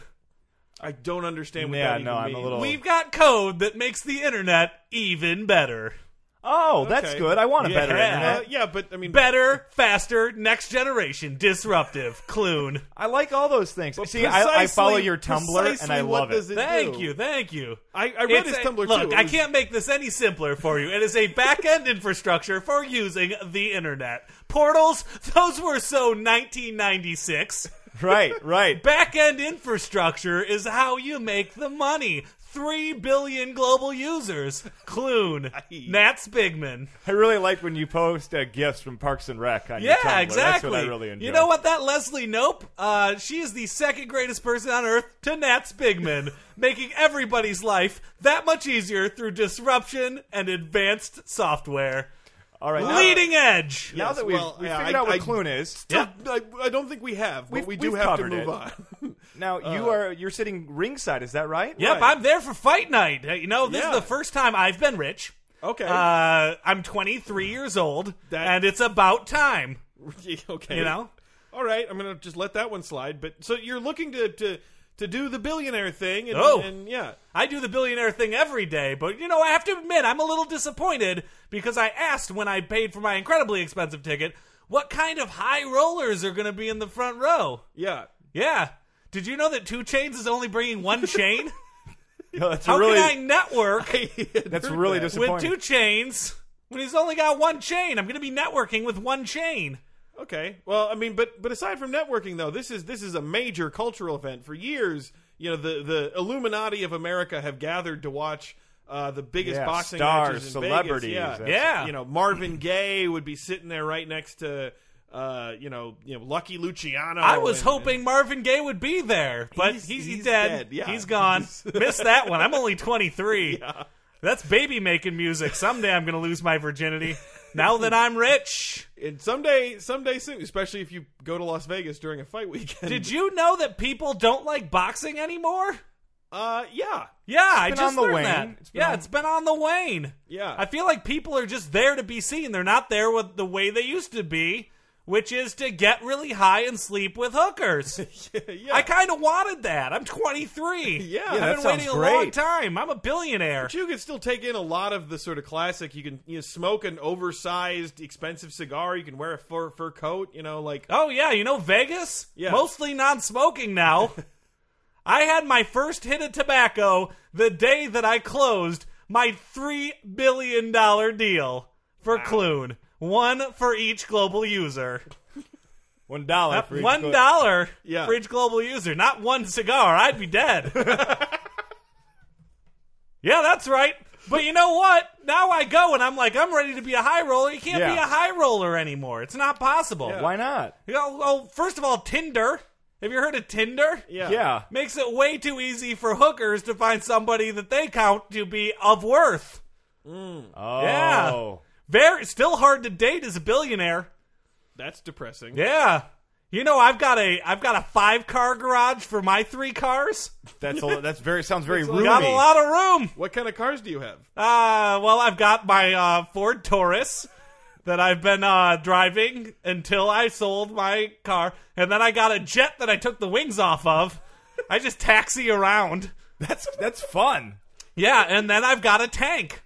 [SPEAKER 1] I don't understand. What
[SPEAKER 4] Yeah,
[SPEAKER 1] that even
[SPEAKER 4] no, I'm a
[SPEAKER 1] means.
[SPEAKER 4] little-
[SPEAKER 2] We've got code that makes the internet even better.
[SPEAKER 4] oh, that's
[SPEAKER 1] okay.
[SPEAKER 4] good. I want a better
[SPEAKER 2] Yeah.
[SPEAKER 1] Uh,
[SPEAKER 4] internet.
[SPEAKER 1] yeah, but I mean,
[SPEAKER 2] Better, faster, next generation, disruptive, Clune.
[SPEAKER 4] I like all those things. See, I, I follow your Tumblr and I love it.
[SPEAKER 2] Thank you, thank you.
[SPEAKER 1] I, I read
[SPEAKER 2] It's
[SPEAKER 1] his
[SPEAKER 2] a-
[SPEAKER 1] Tumblr
[SPEAKER 2] Look,
[SPEAKER 1] too. It
[SPEAKER 2] I
[SPEAKER 1] was-
[SPEAKER 2] can't make this any simpler for you. It is a back end infrastructure for using the internet. Portals, those were so 1996.
[SPEAKER 4] right, right.
[SPEAKER 2] Back end infrastructure is how you make the money 3 billion global users. Clune, Nats Bigman.
[SPEAKER 6] I really like when you post uh, gifts from Parks and Rec on your Tumblr.
[SPEAKER 2] Yeah, exactly.
[SPEAKER 6] That's what I really enjoy.
[SPEAKER 2] You know what? That Leslie Nope, uh, she is the second greatest person on earth to Nats Bigman, making everybody's life that much easier through disruption and advanced software.
[SPEAKER 6] All right, now-
[SPEAKER 2] Leading edge.
[SPEAKER 6] Now, that we've,
[SPEAKER 1] well,
[SPEAKER 6] we've
[SPEAKER 1] yeah,
[SPEAKER 6] figured
[SPEAKER 1] I-
[SPEAKER 6] out what
[SPEAKER 1] I-
[SPEAKER 6] Clune is,
[SPEAKER 2] Yeah.
[SPEAKER 1] I, I don't think we have, but
[SPEAKER 6] We've-
[SPEAKER 1] we do
[SPEAKER 6] we've
[SPEAKER 1] have to
[SPEAKER 6] covered
[SPEAKER 1] move
[SPEAKER 6] it.
[SPEAKER 1] on.
[SPEAKER 6] now
[SPEAKER 2] Uh,
[SPEAKER 6] you are you're sitting ringside. Is that right?
[SPEAKER 2] Yep,
[SPEAKER 1] Right.
[SPEAKER 2] I'm there for fight night. Hey, You know, this
[SPEAKER 1] Yeah.
[SPEAKER 2] is the first time I've been rich.
[SPEAKER 1] Okay.
[SPEAKER 2] Uh, I'm 23 years old,
[SPEAKER 1] That-
[SPEAKER 2] and it's about time.
[SPEAKER 1] okay.
[SPEAKER 2] You know?
[SPEAKER 1] All right, I'm gonna just let that one slide. But so you're looking to to, to do the billionaire thing, and,
[SPEAKER 2] Oh.
[SPEAKER 1] and yeah,
[SPEAKER 2] I do the billionaire thing every day, but you know, I have to admit, I'm a little disappointed because I asked when I paid for my incredibly expensive ticket what kind of high rollers are going to be in the front row.
[SPEAKER 1] yeah.
[SPEAKER 2] Yeah. Did you know that Two Chains is only bringing one chain?
[SPEAKER 6] No, that's
[SPEAKER 2] How
[SPEAKER 6] really
[SPEAKER 2] can I network
[SPEAKER 6] that's really
[SPEAKER 2] with
[SPEAKER 6] disappointing.
[SPEAKER 2] two chains when he's only got one chain? I'm going to be networking with one chain.
[SPEAKER 1] Okay. Well, I mean, but but aside from networking, though, this is this is a major cultural event. For years, you know, the the Illuminati of America have gathered to watch uh, the biggest
[SPEAKER 6] Yeah,
[SPEAKER 1] boxing
[SPEAKER 6] stars,
[SPEAKER 1] matches in
[SPEAKER 6] celebrities,
[SPEAKER 1] Vegas. Yeah.
[SPEAKER 6] that's-
[SPEAKER 2] Yeah.
[SPEAKER 1] You know, Marvin Gaye would be sitting there right next to. Uh, you know, you know, Lucky Luciano.
[SPEAKER 2] I was
[SPEAKER 1] and-
[SPEAKER 2] hoping Marvin Gaye would be there, but
[SPEAKER 1] He's-
[SPEAKER 2] he's, he's,
[SPEAKER 1] he's
[SPEAKER 2] dead.
[SPEAKER 1] dead, yeah.
[SPEAKER 2] He's gone. Missed that one. I'm only 23. That's baby making music. Someday I'm going to lose my virginity. Now that I'm rich.
[SPEAKER 1] and, and someday, someday soon, especially if you go to Las Vegas during a fight weekend.
[SPEAKER 2] Did you know that people don't like boxing anymore?
[SPEAKER 1] Uh, yeah,
[SPEAKER 2] Yeah, I
[SPEAKER 6] been
[SPEAKER 2] just
[SPEAKER 6] on the
[SPEAKER 2] learned
[SPEAKER 6] wane.
[SPEAKER 2] that.
[SPEAKER 6] It's been
[SPEAKER 2] Yeah,
[SPEAKER 6] on-
[SPEAKER 2] it's been on the wane.
[SPEAKER 1] Yeah.
[SPEAKER 2] I feel like people are just there to be seen. They're not there with the way they used to be, which is to get really high and sleep with hookers.
[SPEAKER 1] yeah.
[SPEAKER 2] I kind of wanted that. I'm 23.
[SPEAKER 1] Yeah,
[SPEAKER 2] I've
[SPEAKER 1] that
[SPEAKER 2] been
[SPEAKER 6] sounds
[SPEAKER 2] waiting a
[SPEAKER 6] great.
[SPEAKER 2] long time. I'm a billionaire.
[SPEAKER 1] But you can still take in a lot of the sort of classic. You can you know, smoke an oversized, expensive cigar. You can wear a fur, fur coat. You know, like
[SPEAKER 2] Oh yeah, you know Vegas?
[SPEAKER 1] Yeah.
[SPEAKER 2] Mostly non-smoking now. I had my first hit of tobacco the day that I closed my 3 billion dollar deal for Clune. One for each global user.
[SPEAKER 6] One dollar. for each
[SPEAKER 2] One
[SPEAKER 6] clip.
[SPEAKER 2] dollar
[SPEAKER 1] Yeah.
[SPEAKER 2] for each global user, not one cigar. I'd be dead. yeah, that's right. But you know what? Now I go and I'm like, I'm ready to be a high roller. You can't
[SPEAKER 6] Yeah.
[SPEAKER 2] be a high roller anymore. It's not possible.
[SPEAKER 6] Why not?
[SPEAKER 2] You know, well, first of all, Tinder. Have you heard of Tinder?
[SPEAKER 1] yeah,
[SPEAKER 6] Yeah.
[SPEAKER 2] Makes it way too easy for hookers to find somebody that they count to be of worth.
[SPEAKER 6] Oh.
[SPEAKER 2] Yeah. Very still hard to date as a billionaire.
[SPEAKER 1] That's depressing.
[SPEAKER 2] Yeah. You know, I've got a I've got a five car garage for my three cars.
[SPEAKER 6] That's a, that's very sounds very
[SPEAKER 1] like-
[SPEAKER 6] roomy.
[SPEAKER 2] Got a lot of room.
[SPEAKER 1] What kind of cars do you have?
[SPEAKER 2] Uh, well, I've got my uh, Ford Taurus that I've been uh, driving until I sold my car, and then I got a jet that I took the wings off of. I just taxi around.
[SPEAKER 6] That's that's fun.
[SPEAKER 2] Yeah, and then I've got a tank.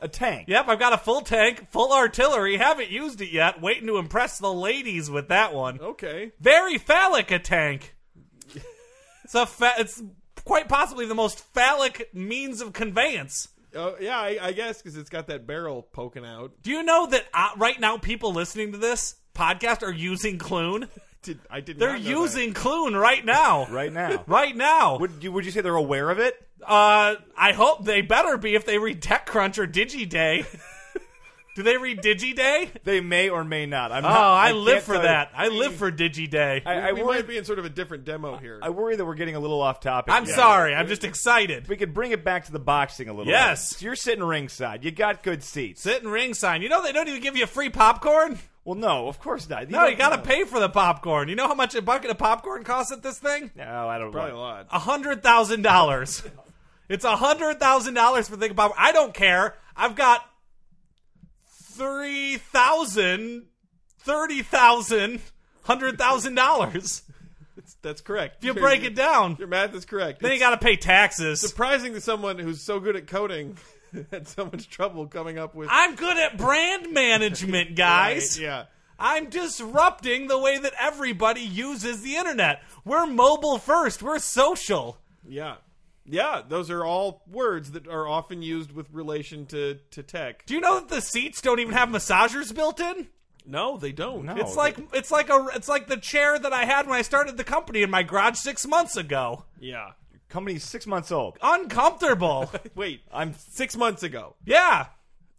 [SPEAKER 6] A tank.
[SPEAKER 2] Yep, I've got a full tank, full artillery. Haven't used it yet. Waiting to impress the ladies with that one.
[SPEAKER 1] Okay,
[SPEAKER 2] Very phallic a tank. It's a fa- it's quite possibly the most phallic means of conveyance.
[SPEAKER 1] uh, yeah, I, I guess because it's got that barrel poking out.
[SPEAKER 2] Do you know that uh, right now people listening to this podcast are using Clune?
[SPEAKER 1] Did, I did.
[SPEAKER 2] They're
[SPEAKER 1] not know that.
[SPEAKER 2] using Clune right now.
[SPEAKER 6] Right now.
[SPEAKER 2] Right now.
[SPEAKER 6] Would you would you say they're aware of it?
[SPEAKER 2] Uh, I hope they better be if they read TechCrunch or DigiDay. Do they read DigiDay?
[SPEAKER 6] They may or may not. I'm
[SPEAKER 2] Oh,
[SPEAKER 6] not,
[SPEAKER 2] I, live
[SPEAKER 6] can't
[SPEAKER 2] for
[SPEAKER 6] tell you.
[SPEAKER 2] that. I live for DigiDay. I,
[SPEAKER 6] I, I
[SPEAKER 1] we
[SPEAKER 6] worry.
[SPEAKER 1] might be in sort of a different demo here.
[SPEAKER 6] I worry that we're getting a little off topic.
[SPEAKER 2] am
[SPEAKER 6] Yeah.
[SPEAKER 2] sorry. I'm just excited.
[SPEAKER 6] We could bring it back to the boxing a little.
[SPEAKER 2] Yes.
[SPEAKER 6] bit. So you're sitting ringside. You got good seats.
[SPEAKER 2] Sit and ring sign. You know they don't even give you free popcorn.
[SPEAKER 6] Well, no, of course not.
[SPEAKER 2] No, you
[SPEAKER 6] don't-
[SPEAKER 2] got to pay for the popcorn. You know how much a bucket of popcorn costs at this thing?
[SPEAKER 6] No, I don't.
[SPEAKER 1] Probably
[SPEAKER 6] like-
[SPEAKER 1] a lot.
[SPEAKER 2] a hundred thousand dollars. It's a hundred thousand dollars for thinking about. I don't care. I've got three thousand, thirty thousand, hundred thousand dollars.
[SPEAKER 1] That's correct.
[SPEAKER 2] If you break it down,
[SPEAKER 1] your math is correct.
[SPEAKER 2] then you
[SPEAKER 1] It's
[SPEAKER 2] got to pay taxes.
[SPEAKER 1] surprising to someone who's so good at coding had so much trouble coming up with.
[SPEAKER 2] I'm good at brand management, guys.
[SPEAKER 1] Yeah.
[SPEAKER 2] I'm disrupting the way that everybody uses the internet. We're mobile first. We're social.
[SPEAKER 1] Yeah. Yeah, those are all words that are often used with relation to, to tech.
[SPEAKER 2] Do you know that the seats don't even have massagers built in?
[SPEAKER 1] No, they don't.
[SPEAKER 6] No.
[SPEAKER 2] It's like it's like a it's like the chair that I had when I started the company in my garage six months ago.
[SPEAKER 1] Yeah.
[SPEAKER 6] Company's six months old.
[SPEAKER 2] Uncomfortable.
[SPEAKER 1] Wait,
[SPEAKER 6] I'm
[SPEAKER 1] six months ago.
[SPEAKER 2] yeah.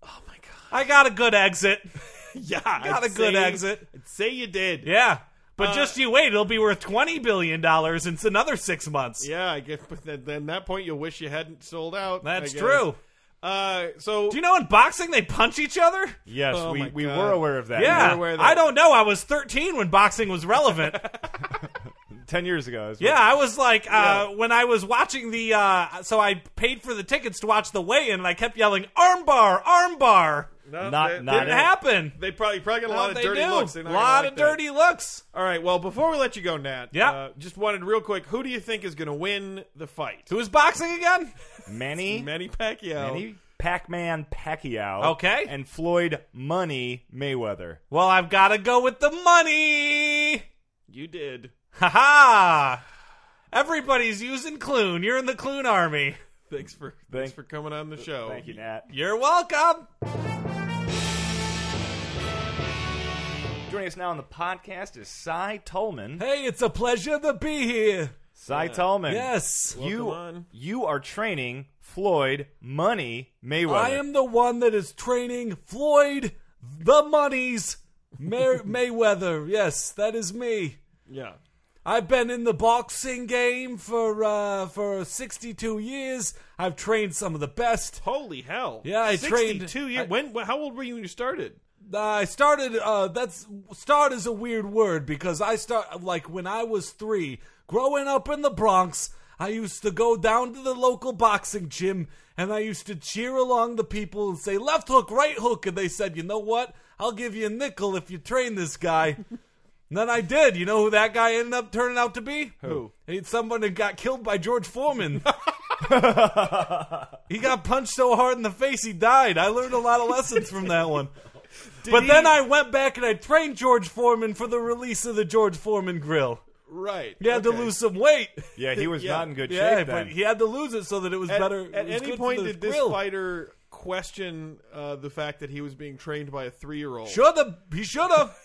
[SPEAKER 1] Oh my god.
[SPEAKER 2] I got a good exit.
[SPEAKER 1] Yeah,
[SPEAKER 2] Got a good exit.
[SPEAKER 1] I'd say you did.
[SPEAKER 2] Yeah. But
[SPEAKER 1] Uh,
[SPEAKER 2] just you wait, it'll be worth $20 billion in s- another six months.
[SPEAKER 1] Yeah, I guess. But then, then that point, you'll wish you hadn't sold out. I
[SPEAKER 2] That's
[SPEAKER 1] guess.
[SPEAKER 2] true.
[SPEAKER 1] Uh, so
[SPEAKER 2] Do you know in boxing they punch each other?
[SPEAKER 6] yes,
[SPEAKER 1] Oh
[SPEAKER 6] we,
[SPEAKER 1] my
[SPEAKER 6] we
[SPEAKER 1] God.
[SPEAKER 6] were aware of that.
[SPEAKER 2] Yeah.
[SPEAKER 1] were aware of that.
[SPEAKER 2] I don't know. I was 13 when boxing was relevant.
[SPEAKER 6] ten years ago. is what-
[SPEAKER 2] Yeah, I was like, uh, when I was watching the, uh, so I paid for the tickets to watch the weigh-in, and I kept yelling, "Armbar, armbar!"
[SPEAKER 1] No,
[SPEAKER 6] Not-
[SPEAKER 1] they,
[SPEAKER 6] not
[SPEAKER 1] they-
[SPEAKER 2] Didn't
[SPEAKER 6] it.
[SPEAKER 2] happen.
[SPEAKER 1] They probably probably got a lot
[SPEAKER 2] How'd
[SPEAKER 1] of
[SPEAKER 2] they
[SPEAKER 1] dirty
[SPEAKER 2] do?
[SPEAKER 1] looks.
[SPEAKER 2] A
[SPEAKER 1] They're not gonna
[SPEAKER 2] lot
[SPEAKER 1] like
[SPEAKER 2] of
[SPEAKER 1] that.
[SPEAKER 2] dirty looks.
[SPEAKER 1] All right. Well, before we let you go, Nat.
[SPEAKER 2] Yeah.
[SPEAKER 1] Uh, just wanted real quick. Who do you think is going to win the fight?
[SPEAKER 2] Who was boxing again?
[SPEAKER 6] Manny, Manny,
[SPEAKER 1] Manny Pacquiao.
[SPEAKER 6] Pac-Man Pacquiao.
[SPEAKER 2] Okay.
[SPEAKER 6] and Floyd Money Mayweather.
[SPEAKER 2] Well, I've got to go with the money.
[SPEAKER 1] You did.
[SPEAKER 2] Ha ha! Everybody's using Clune. You're in the Clune army.
[SPEAKER 1] Thanks for thanks for coming on the show.
[SPEAKER 6] Thank Oh, you, Nat.
[SPEAKER 2] You're welcome.
[SPEAKER 6] Joining us now on the podcast is Cy Tolman.
[SPEAKER 2] Hey, it's a pleasure to be here.
[SPEAKER 6] Cy Tolman.
[SPEAKER 2] Yes.
[SPEAKER 6] You
[SPEAKER 1] Welcome on.
[SPEAKER 6] you are training Floyd Money Mayweather.
[SPEAKER 2] I am the one that is training Floyd the Monies May- Mayweather. Yes, that is me.
[SPEAKER 1] Yeah.
[SPEAKER 2] I've been in the boxing game for uh, for 62 years. I've trained some of the best.
[SPEAKER 1] Holy hell.
[SPEAKER 2] Yeah, I trained-
[SPEAKER 1] 62 years.
[SPEAKER 2] I-
[SPEAKER 1] when? wh- How old were you when you started?
[SPEAKER 2] Uh, I started. Uh, that's start is a weird word because I start like when I was three, growing up in the Bronx. I used to go down to the local boxing gym and I used to cheer along the people and say left hook, right hook, and they said, you know what? I'll give you a nickel if you train this guy. and then I did. You know who that guy ended up turning out to be? Who? It's someone that got killed by George Foreman. he got punched so hard in the face he died. I learned a lot of lessons from that one but then I went back and I trained George Foreman for the release of the George Foreman grill.
[SPEAKER 1] Right.
[SPEAKER 2] He had to lose some weight.
[SPEAKER 6] yeah, he was
[SPEAKER 1] Yeah.
[SPEAKER 6] not in good
[SPEAKER 2] Yeah,
[SPEAKER 6] shape
[SPEAKER 2] but
[SPEAKER 6] then.
[SPEAKER 2] he had to lose it so that it was
[SPEAKER 1] At,
[SPEAKER 2] better. it
[SPEAKER 1] at
[SPEAKER 2] was
[SPEAKER 1] any
[SPEAKER 2] good for
[SPEAKER 1] point
[SPEAKER 2] the
[SPEAKER 1] did this
[SPEAKER 2] grill.
[SPEAKER 1] fighter question uh, the fact that he was being trained by a three-year-old?
[SPEAKER 2] Should have. He should have.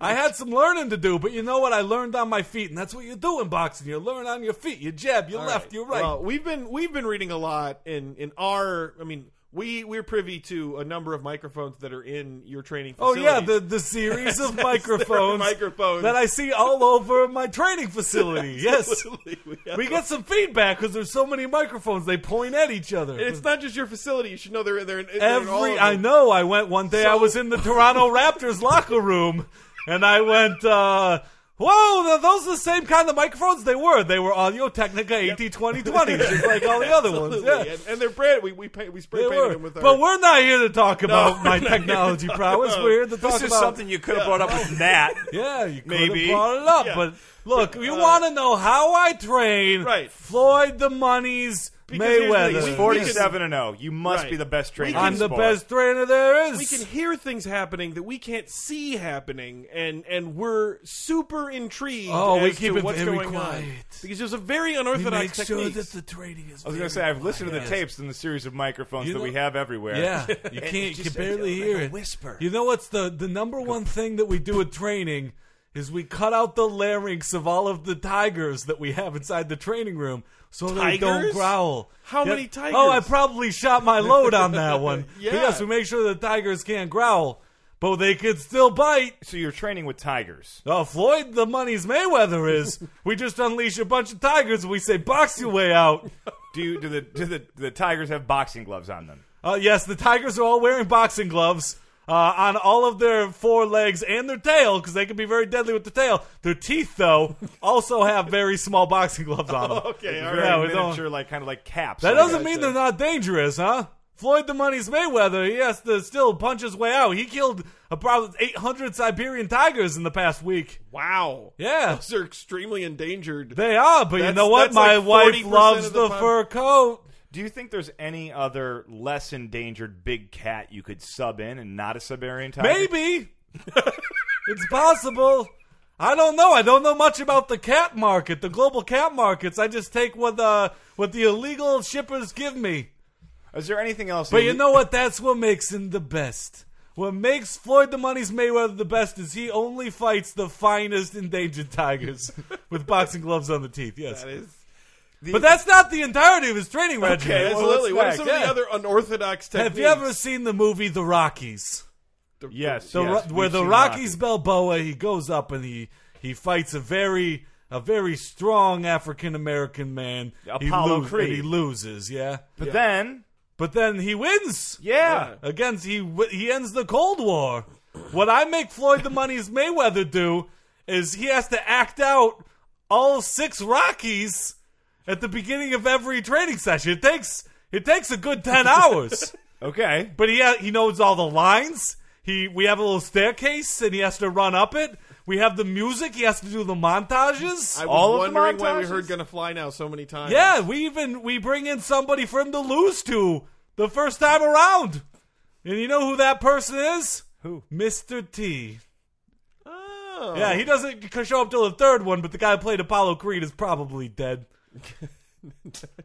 [SPEAKER 2] I had some learning to do, but you know what? I learned on my feet, and that's what you do in boxing. You learn on your feet. You jab, you
[SPEAKER 1] All
[SPEAKER 2] left, you right.
[SPEAKER 1] Well, we've been we've been reading a lot in in our. I mean, we we're privy to a number of microphones that are in your training.
[SPEAKER 2] oh
[SPEAKER 1] Facilities.
[SPEAKER 2] yeah, the the series of microphones,
[SPEAKER 1] microphones.
[SPEAKER 2] that I see all over my training facility. yes,
[SPEAKER 1] Absolutely, we have
[SPEAKER 2] we get some feedback because there's so many microphones. They point at each other.
[SPEAKER 1] And it's not just your facility. You should know they're they're in they're in all of
[SPEAKER 2] Every
[SPEAKER 1] them.
[SPEAKER 2] I know, I went one day. I
[SPEAKER 1] So-
[SPEAKER 2] was in the Toronto Raptors locker room, and I went, uh, "Whoa, are those the same kind of microphones? They were. They were Audio Technica AT twenty twenty, just like all the other ones.
[SPEAKER 1] Absolutely.
[SPEAKER 2] Yeah,
[SPEAKER 1] and, and they're brand. We we paint, we spray
[SPEAKER 2] they
[SPEAKER 1] painted
[SPEAKER 2] were.
[SPEAKER 1] them with our.
[SPEAKER 2] But we're not here to talk about
[SPEAKER 1] we're
[SPEAKER 2] my
[SPEAKER 1] not here to
[SPEAKER 2] technology
[SPEAKER 1] talk
[SPEAKER 2] prowess.
[SPEAKER 1] about-
[SPEAKER 2] We're here to talk
[SPEAKER 4] This is
[SPEAKER 2] about
[SPEAKER 4] something you could have brought up with Nat.
[SPEAKER 2] Yeah, you could have
[SPEAKER 4] Maybe.
[SPEAKER 2] brought it up,
[SPEAKER 1] Yeah. uh,
[SPEAKER 2] but look, you want to know how I train?
[SPEAKER 1] Right.
[SPEAKER 2] Floyd the Money's
[SPEAKER 1] Because here's the thing,
[SPEAKER 2] Mayweather.
[SPEAKER 1] we- we can-
[SPEAKER 6] Forty-seven and zero. You must
[SPEAKER 1] Right.
[SPEAKER 6] be the best trainer.
[SPEAKER 2] I'm
[SPEAKER 6] in
[SPEAKER 2] the
[SPEAKER 6] sport.
[SPEAKER 2] best trainer there is.
[SPEAKER 1] we can hear things happening that we can't see happening, and and we're super intrigued.
[SPEAKER 2] Oh, we
[SPEAKER 1] as
[SPEAKER 2] keep
[SPEAKER 1] to
[SPEAKER 2] it
[SPEAKER 1] what's
[SPEAKER 2] very
[SPEAKER 1] going
[SPEAKER 2] quiet.
[SPEAKER 1] on because there's a very unorthodox technique.
[SPEAKER 2] training is.
[SPEAKER 6] I was gonna say I've listened to the tapes and the series of microphones
[SPEAKER 2] You
[SPEAKER 6] that we
[SPEAKER 2] know-
[SPEAKER 6] have everywhere.
[SPEAKER 2] Yeah, you can't. You barely hear it.
[SPEAKER 4] whisper.
[SPEAKER 2] You know what's the the number one thing that we do at training is we cut out the larynx of all of the tigers that we have inside the training room so they don't
[SPEAKER 1] Tigers?
[SPEAKER 2] growl.
[SPEAKER 1] How
[SPEAKER 2] Yeah.
[SPEAKER 1] many tigers?
[SPEAKER 2] Oh, I probably shot my load on that one.
[SPEAKER 1] Yeah.
[SPEAKER 2] But yes, we make sure the tigers can't growl, but they can still bite.
[SPEAKER 6] So you're training with tigers.
[SPEAKER 2] Oh, Floyd, the money's Mayweather is. we just unleash a bunch of tigers and we say, "Box your way out."
[SPEAKER 6] Do you do the do the, do the tigers have boxing gloves on them?
[SPEAKER 2] Uh, yes, the Tigers are all wearing boxing gloves uh, on all of their four legs and their tail because they can be very deadly with the tail. Their teeth, though, also have very small boxing gloves on them.
[SPEAKER 1] okay, all
[SPEAKER 6] Very
[SPEAKER 2] Yeah, we don't-
[SPEAKER 6] miniature, like kind of like caps.
[SPEAKER 2] That
[SPEAKER 6] I
[SPEAKER 2] doesn't
[SPEAKER 6] guess.
[SPEAKER 2] mean they're not dangerous, huh? Floyd the Money's Mayweather, he has to still punch his way out. He killed about 800 Siberian tigers in the past week.
[SPEAKER 1] Wow.
[SPEAKER 2] Yeah.
[SPEAKER 1] Those are extremely endangered.
[SPEAKER 2] They are, but you
[SPEAKER 1] That's-
[SPEAKER 2] know what?
[SPEAKER 1] that's
[SPEAKER 2] My
[SPEAKER 1] like
[SPEAKER 2] wife
[SPEAKER 1] 40%
[SPEAKER 2] loves
[SPEAKER 1] of the
[SPEAKER 2] the,
[SPEAKER 1] pop-
[SPEAKER 2] fur coat.
[SPEAKER 6] Do you think there's any other less endangered big cat you could sub in and not a Siberian tiger?
[SPEAKER 2] Maybe. it's possible. I don't know. I don't know much about the cat market, the global cat markets. I just take what the what the illegal shippers give me.
[SPEAKER 6] Is there anything else?
[SPEAKER 2] But you know what? That's what makes him the best. What makes Floyd the Money's Mayweather the best is he only fights the finest endangered tigers with boxing gloves on the teeth. Yes.
[SPEAKER 1] That is.
[SPEAKER 6] The-
[SPEAKER 2] but that's not the entirety of his training regimen.
[SPEAKER 6] Okay, well,
[SPEAKER 1] Absolutely. What are
[SPEAKER 6] let's
[SPEAKER 1] some
[SPEAKER 6] back,
[SPEAKER 1] of the
[SPEAKER 6] yeah.
[SPEAKER 1] other unorthodox techniques?
[SPEAKER 2] Have you ever seen the movie The Rockies?
[SPEAKER 6] yes,
[SPEAKER 2] The,
[SPEAKER 6] yes,
[SPEAKER 2] Ro- where
[SPEAKER 6] we've
[SPEAKER 2] the
[SPEAKER 6] seen
[SPEAKER 2] Rockies
[SPEAKER 6] Rocky.
[SPEAKER 2] Balboa, he goes up and he he fights a very a very strong African American man. He
[SPEAKER 6] Apollo
[SPEAKER 2] lose-
[SPEAKER 6] Creed.
[SPEAKER 2] and he loses. Yeah,
[SPEAKER 6] But then,
[SPEAKER 2] but then he wins.
[SPEAKER 6] yeah,
[SPEAKER 2] Against he w- he ends the Cold War. What I make Floyd the Money's Mayweather do is he has to act out all six Rockies at the beginning of every training session. It takes it takes a good ten hours,
[SPEAKER 6] okay,
[SPEAKER 2] but he ha- he knows all the lines. He we have a little staircase and he has to run up it. We have the music. He has to do the montages.
[SPEAKER 1] I was
[SPEAKER 6] All of the
[SPEAKER 1] wondering why we
[SPEAKER 6] montages?
[SPEAKER 1] heard "Gonna Fly Now" so many times.
[SPEAKER 2] yeah, we even we bring in somebody for him to lose to the first time around. And you know who that person is?
[SPEAKER 6] Who?
[SPEAKER 2] Mr. T.
[SPEAKER 1] Oh.
[SPEAKER 2] Yeah, he doesn't c- show up till the third one, but the guy who played Apollo Creed is probably dead.
[SPEAKER 1] I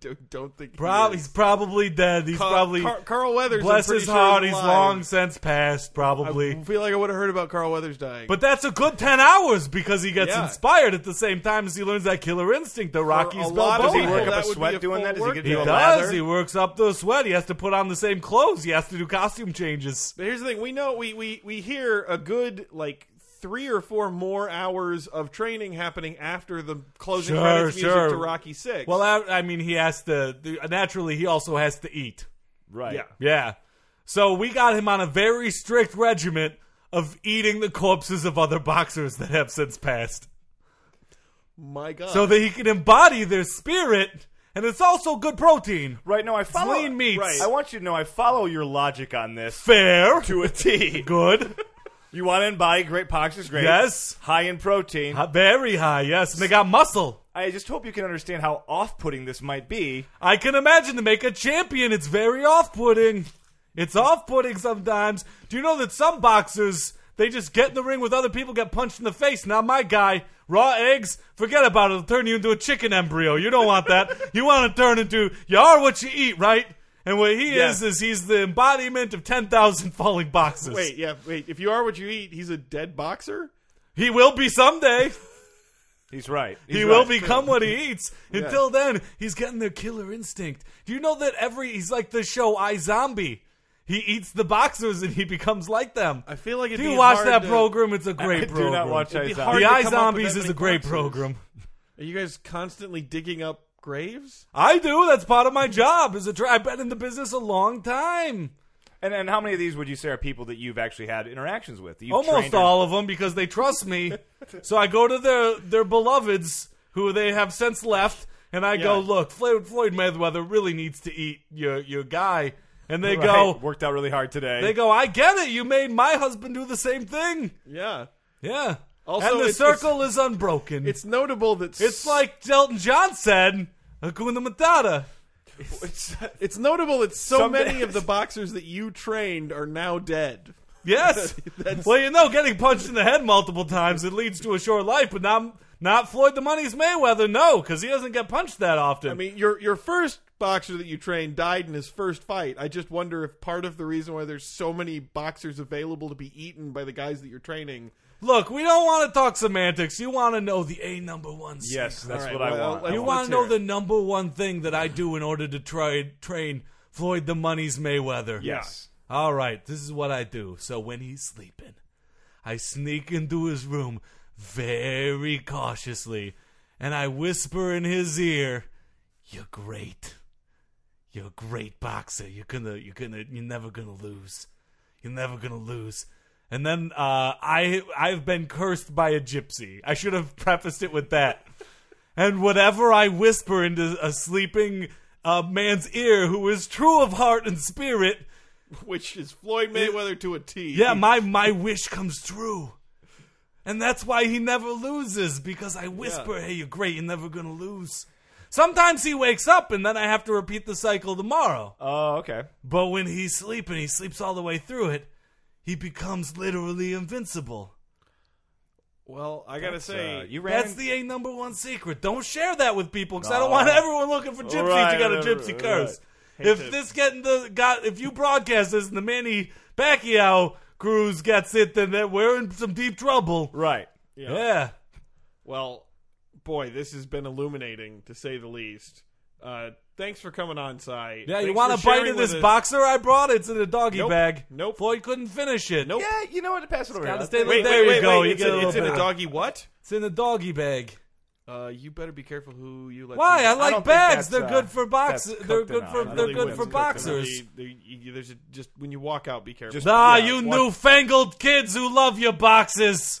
[SPEAKER 1] don't, don't think. he
[SPEAKER 2] Prob-
[SPEAKER 1] is.
[SPEAKER 2] he's probably dead. He's
[SPEAKER 1] Carl,
[SPEAKER 2] probably
[SPEAKER 1] Car- Carl Weathers. I'm
[SPEAKER 2] bless
[SPEAKER 1] pretty
[SPEAKER 2] his
[SPEAKER 1] sure,
[SPEAKER 2] heart.
[SPEAKER 1] is
[SPEAKER 2] He's
[SPEAKER 1] alive.
[SPEAKER 2] long since passed,
[SPEAKER 1] I
[SPEAKER 2] probably.
[SPEAKER 1] feel like I would have heard about Carl Weathers dying.
[SPEAKER 2] But that's a good ten hours because he gets
[SPEAKER 1] Yeah.
[SPEAKER 2] inspired at the same time as he learns that killer instinct. The
[SPEAKER 1] For
[SPEAKER 2] Rocky's
[SPEAKER 1] a lot
[SPEAKER 2] Balboa.
[SPEAKER 1] of
[SPEAKER 6] Does he
[SPEAKER 1] people,
[SPEAKER 6] work up a
[SPEAKER 1] that would be
[SPEAKER 6] sweat doing
[SPEAKER 1] full
[SPEAKER 6] that? Does he get
[SPEAKER 1] workout.
[SPEAKER 2] He
[SPEAKER 6] Do a
[SPEAKER 2] does.
[SPEAKER 6] lather?
[SPEAKER 2] He works up the sweat. He has to put on the same clothes. He has to do costume changes.
[SPEAKER 1] But here's the thing: we know we we we hear a good like three or four more hours of training happening after the closing
[SPEAKER 2] Sure,
[SPEAKER 1] credits music
[SPEAKER 2] sure.
[SPEAKER 1] to Rocky Six.
[SPEAKER 2] Well, I, I mean, he has to. the- Naturally, he also has to eat.
[SPEAKER 6] right,
[SPEAKER 1] yeah.
[SPEAKER 2] Yeah. So we got him on a very strict regiment of eating the corpses of other boxers that have since passed
[SPEAKER 1] my God.
[SPEAKER 2] so that he can embody their spirit. And it's also good protein.
[SPEAKER 6] right. No, I follow.
[SPEAKER 2] lean meats.
[SPEAKER 6] Right. I want you to know I follow your logic on this
[SPEAKER 2] Fair.
[SPEAKER 6] to a T.
[SPEAKER 2] Good.
[SPEAKER 6] You want to embody great box is great.
[SPEAKER 2] Yes.
[SPEAKER 6] high in protein.
[SPEAKER 2] Uh, Very high, yes. And they got muscle.
[SPEAKER 6] I just hope you can understand how off-putting this might be.
[SPEAKER 2] I can imagine to make a champion, it's very off putting. It's off putting sometimes. Do you know that some boxers, they just get in the ring with other people, get punched in the face? Now, my guy, raw eggs, forget about it. It'll turn you into a chicken embryo. You don't want that. you want to turn into, you are what you eat, right? And what he is, is he's the embodiment of 10,000 falling boxes.
[SPEAKER 1] wait, yeah, wait. If you are what you eat, he's a dead boxer.
[SPEAKER 2] He will be someday.
[SPEAKER 6] He's right. He's
[SPEAKER 2] He
[SPEAKER 6] right.
[SPEAKER 2] will become what he eats. Until then, he's getting the killer instinct. Do you know that every he's like the show I Zombie? He eats the boxers and he becomes like them.
[SPEAKER 1] I feel like it'd
[SPEAKER 2] Do you
[SPEAKER 1] be
[SPEAKER 2] watch
[SPEAKER 1] hard
[SPEAKER 2] that
[SPEAKER 1] to-
[SPEAKER 2] program? It's a
[SPEAKER 6] I
[SPEAKER 2] great
[SPEAKER 6] do
[SPEAKER 2] program.
[SPEAKER 6] not watch
[SPEAKER 1] It'd
[SPEAKER 6] Eyes
[SPEAKER 1] be
[SPEAKER 6] on.
[SPEAKER 1] hard
[SPEAKER 2] The
[SPEAKER 1] to
[SPEAKER 2] I
[SPEAKER 1] come up with
[SPEAKER 2] Zombies
[SPEAKER 1] that
[SPEAKER 2] is a
[SPEAKER 1] many
[SPEAKER 2] great
[SPEAKER 1] boxers.
[SPEAKER 2] program.
[SPEAKER 1] Are you guys constantly digging up graves?
[SPEAKER 2] I do. That's part of my job. Is a tra- I've been in the business a long time.
[SPEAKER 6] And and how many of these would you say are people that you've actually had interactions with? that you've
[SPEAKER 2] Almost
[SPEAKER 6] trained or-
[SPEAKER 2] all of them because they trust me. so I go to their their beloveds who they have since left, and I go,
[SPEAKER 1] Yeah.
[SPEAKER 2] "Look, Floyd, Floyd Mayweather really needs to eat your your guy." And they
[SPEAKER 6] Right.
[SPEAKER 2] go,
[SPEAKER 6] Worked out really hard today.
[SPEAKER 2] They go, I get it. You made my husband do the same thing.
[SPEAKER 1] Yeah.
[SPEAKER 2] Yeah.
[SPEAKER 1] Also,
[SPEAKER 2] and the
[SPEAKER 1] it's-
[SPEAKER 2] circle is unbroken. It's,
[SPEAKER 1] It's notable that
[SPEAKER 2] it's like Delton John said, Hakuna Matata.
[SPEAKER 1] it's notable that so
[SPEAKER 6] Some-
[SPEAKER 1] many of the boxers that you trained are now dead.
[SPEAKER 2] Yes.
[SPEAKER 1] That's-
[SPEAKER 2] well, you know, getting punched in the head multiple times, it leads to a short life, but not, not Floyd the Money's Mayweather, no, because he doesn't get punched that often.
[SPEAKER 1] I mean, your your first boxer that you trained died in his first fight. I just wonder if part of the reason why there's so many boxers available to be eaten by the guys that you're training.
[SPEAKER 2] Look, we don't want to talk semantics. You want to know the A number one seed.
[SPEAKER 6] Yes, that's
[SPEAKER 1] All right,
[SPEAKER 6] what I
[SPEAKER 1] well,
[SPEAKER 6] want.
[SPEAKER 1] let's-
[SPEAKER 2] You
[SPEAKER 1] Let's
[SPEAKER 2] want to know
[SPEAKER 1] hear
[SPEAKER 2] the number one thing that I do in order to try train Floyd the Money's Mayweather?
[SPEAKER 6] yes.
[SPEAKER 2] All right, this is what I do. So when he's sleeping, I sneak into his room very cautiously and I whisper in his ear, "You're great. You're a great boxer. You're gonna you're gonna you're never gonna lose. You're never gonna lose." And then uh, I I've been cursed by a gypsy. I should have prefaced it with that. And whatever I whisper into a sleeping uh, man's ear who is true of heart and spirit,
[SPEAKER 1] Which is Floyd Mayweather to a T.
[SPEAKER 2] yeah, my my wish comes true. And that's why he never loses because I whisper, "Hey, you're great. You're never going to lose." Sometimes he wakes up and then I have to repeat the cycle tomorrow.
[SPEAKER 6] Oh, okay.
[SPEAKER 2] But when he's sleeping, he sleeps all the way through it. He becomes literally invincible.
[SPEAKER 1] Well, I gotta say,
[SPEAKER 6] Uh, you ran.
[SPEAKER 2] That's the A number one secret. Don't share that with people because I don't want everyone looking for gypsies. you
[SPEAKER 6] Right,
[SPEAKER 2] got a
[SPEAKER 6] right,
[SPEAKER 2] gypsy
[SPEAKER 6] right,
[SPEAKER 2] curse. If this getting the got if you broadcast this and the Manny Pacquiao cruise gets it, then that we're in some deep trouble.
[SPEAKER 6] right.
[SPEAKER 2] Yeah.
[SPEAKER 1] well, boy, this has been illuminating to say the least. Uh, thanks for coming on, Cy.
[SPEAKER 2] Yeah, you
[SPEAKER 1] Thanks
[SPEAKER 2] want
[SPEAKER 1] for
[SPEAKER 2] a bite
[SPEAKER 1] sharing
[SPEAKER 2] of
[SPEAKER 1] with
[SPEAKER 2] this
[SPEAKER 1] us-
[SPEAKER 2] boxer I brought? It's in a doggy
[SPEAKER 1] Nope.
[SPEAKER 2] bag.
[SPEAKER 1] Nope.
[SPEAKER 2] Floyd couldn't finish it.
[SPEAKER 1] Nope.
[SPEAKER 6] Yeah, you know what? Pass it over.
[SPEAKER 2] Gotta
[SPEAKER 6] I'll-
[SPEAKER 2] stay with-
[SPEAKER 1] Wait,
[SPEAKER 2] There
[SPEAKER 1] wait,
[SPEAKER 2] you
[SPEAKER 1] wait,
[SPEAKER 2] go,
[SPEAKER 1] wait.
[SPEAKER 2] you
[SPEAKER 1] it's
[SPEAKER 2] get a
[SPEAKER 1] in,
[SPEAKER 2] little
[SPEAKER 1] it's in
[SPEAKER 2] bit.
[SPEAKER 1] a doggy what?
[SPEAKER 2] It's in a doggy bag.
[SPEAKER 1] Uh, you better be careful who you let.
[SPEAKER 2] Why?
[SPEAKER 1] through.
[SPEAKER 2] I
[SPEAKER 6] don't
[SPEAKER 2] like
[SPEAKER 6] think
[SPEAKER 2] bags.
[SPEAKER 6] that's,
[SPEAKER 2] They're
[SPEAKER 6] uh,
[SPEAKER 2] good for box.
[SPEAKER 6] that's
[SPEAKER 2] They're
[SPEAKER 6] cooked
[SPEAKER 2] good
[SPEAKER 6] enough.
[SPEAKER 2] for
[SPEAKER 6] I
[SPEAKER 2] they're
[SPEAKER 1] Really
[SPEAKER 2] good
[SPEAKER 1] wouldn't
[SPEAKER 2] for
[SPEAKER 1] cook them.
[SPEAKER 2] boxers.
[SPEAKER 1] The- the- you- there's a, just when you walk out, be careful.
[SPEAKER 2] Ah,
[SPEAKER 1] Yeah,
[SPEAKER 2] you
[SPEAKER 1] walk-
[SPEAKER 2] newfangled kids who love your boxes.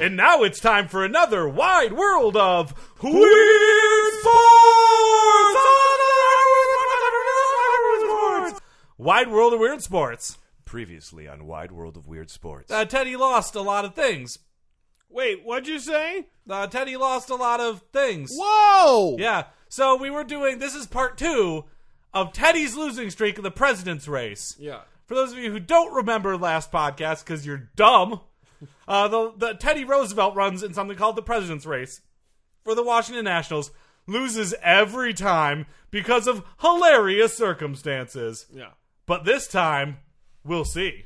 [SPEAKER 2] And now it's time for another wide world of weird sports. Wide world of weird sports.
[SPEAKER 4] Previously on Wide World of Weird Sports.
[SPEAKER 2] Uh, Teddy lost a lot of things.
[SPEAKER 1] Wait, what'd you say?
[SPEAKER 2] Uh, Teddy lost a lot of things.
[SPEAKER 1] Whoa!
[SPEAKER 2] Yeah. So we were doing this is part two of Teddy's losing streak in the president's race.
[SPEAKER 1] Yeah.
[SPEAKER 2] For those of you who don't remember last podcast because you're dumb, uh, the, the Teddy Roosevelt runs in something called the President's Race for the Washington Nationals, loses every time because of hilarious circumstances.
[SPEAKER 1] Yeah.
[SPEAKER 2] But this time, we'll see.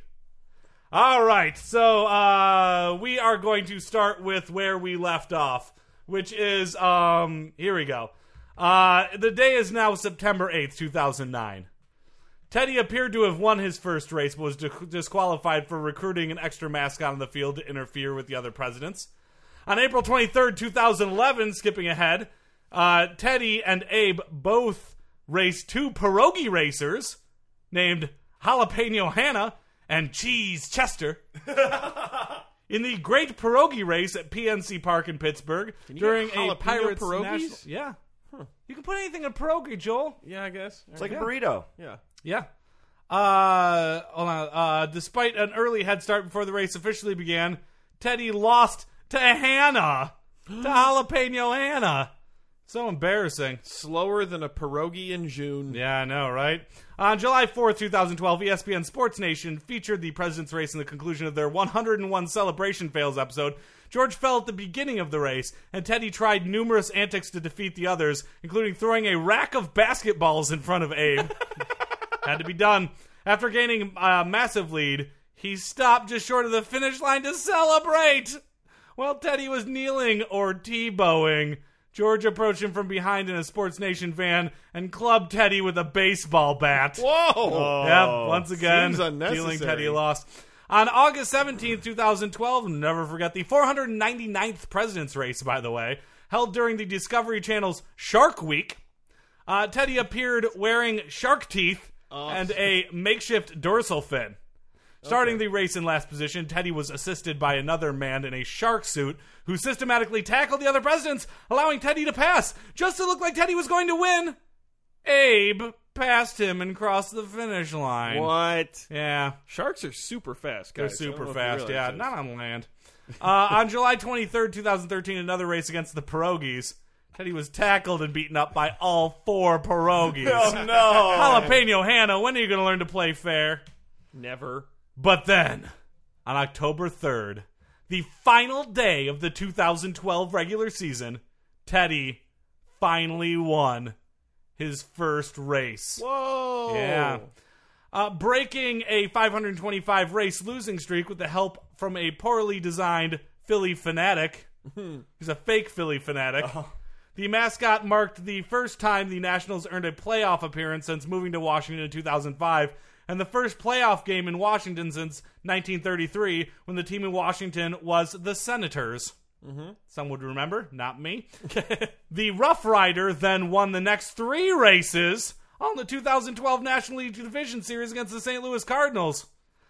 [SPEAKER 2] All right, so uh, we are going to start with where we left off, which is um, here we go. Uh, the day is now September 8th, 2009. Teddy appeared to have won his first race, but was dis- disqualified for recruiting an extra mascot on the field to interfere with the other presidents. On April 23rd, 2011, skipping ahead, uh, Teddy and Abe both raced two pierogi racers named Jalapeno Hannah and Cheese Chester in the Great Pierogi Race at PNC Park in Pittsburgh
[SPEAKER 1] you
[SPEAKER 2] during
[SPEAKER 1] get
[SPEAKER 2] a
[SPEAKER 1] jalapeno
[SPEAKER 2] Pirates
[SPEAKER 1] pierogies?
[SPEAKER 2] national- Yeah, you can put anything in pierogi, Joel.
[SPEAKER 1] Yeah, I guess.
[SPEAKER 6] It's like a burrito.
[SPEAKER 1] yeah.
[SPEAKER 2] Yeah. Uh, hold on. Uh, despite an early head start before the race officially began, Teddy lost to Hannah, to Jalapeno Hannah. So embarrassing.
[SPEAKER 1] Slower than a pierogi in June.
[SPEAKER 2] Yeah, I know, right? On July 4th, 2012, ESPN Sports Nation featured the President's Race in the conclusion of their 101 Celebration Fails episode. George fell at the beginning of the race, and Teddy tried numerous antics to defeat the others, including throwing a rack of basketballs in front of Abe. Had to be done. After gaining a massive lead, he stopped just short of the finish line to celebrate. While Teddy was kneeling or T-bowing, George approached him from behind in a Sports Nation van and clubbed Teddy with a baseball bat.
[SPEAKER 1] Whoa!
[SPEAKER 2] Yep, once again,
[SPEAKER 1] Oh, Seems unnecessary.
[SPEAKER 2] dealing Teddy lost. On August 17th, 2012, never forget the 499th President's Race, by the way, held during the Discovery Channel's Shark Week. Uh, Teddy appeared wearing shark teeth
[SPEAKER 1] Oh.
[SPEAKER 2] and a makeshift dorsal fin. Starting the race in last position, Teddy was assisted by another man in a shark suit who systematically tackled the other presidents, allowing Teddy to pass. Just to look like Teddy was going to win, Abe passed him and crossed the finish line.
[SPEAKER 1] What?
[SPEAKER 2] Yeah.
[SPEAKER 1] Sharks are super fast,
[SPEAKER 2] They're
[SPEAKER 1] guys. I don't know
[SPEAKER 2] super
[SPEAKER 1] if you
[SPEAKER 2] fast,
[SPEAKER 1] realize
[SPEAKER 2] yeah.
[SPEAKER 1] this.
[SPEAKER 2] Not on land. Uh, on July 23rd, 2013, another race against the pierogies. Teddy was tackled and beaten up by all four pierogies.
[SPEAKER 6] Oh,
[SPEAKER 1] Oh,
[SPEAKER 6] no.
[SPEAKER 2] Jalapeno Hannah, when are you going to learn to play fair?
[SPEAKER 1] Never.
[SPEAKER 2] But then, on October 3rd, the final day of the 2012 regular season, Teddy finally won his first race.
[SPEAKER 1] Whoa!
[SPEAKER 2] Yeah. Uh, breaking a 525 race losing streak with the help from a poorly designed Philly fanatic. He's a fake Philly fanatic. The mascot marked the first time the Nationals earned a playoff appearance since moving to Washington in 2005, and the first playoff game in Washington since 1933 when the team in Washington was the Senators. Some would remember, not me. the Rough Rider then won the next three races on the 2012 National League Division Series against the St. Louis Cardinals.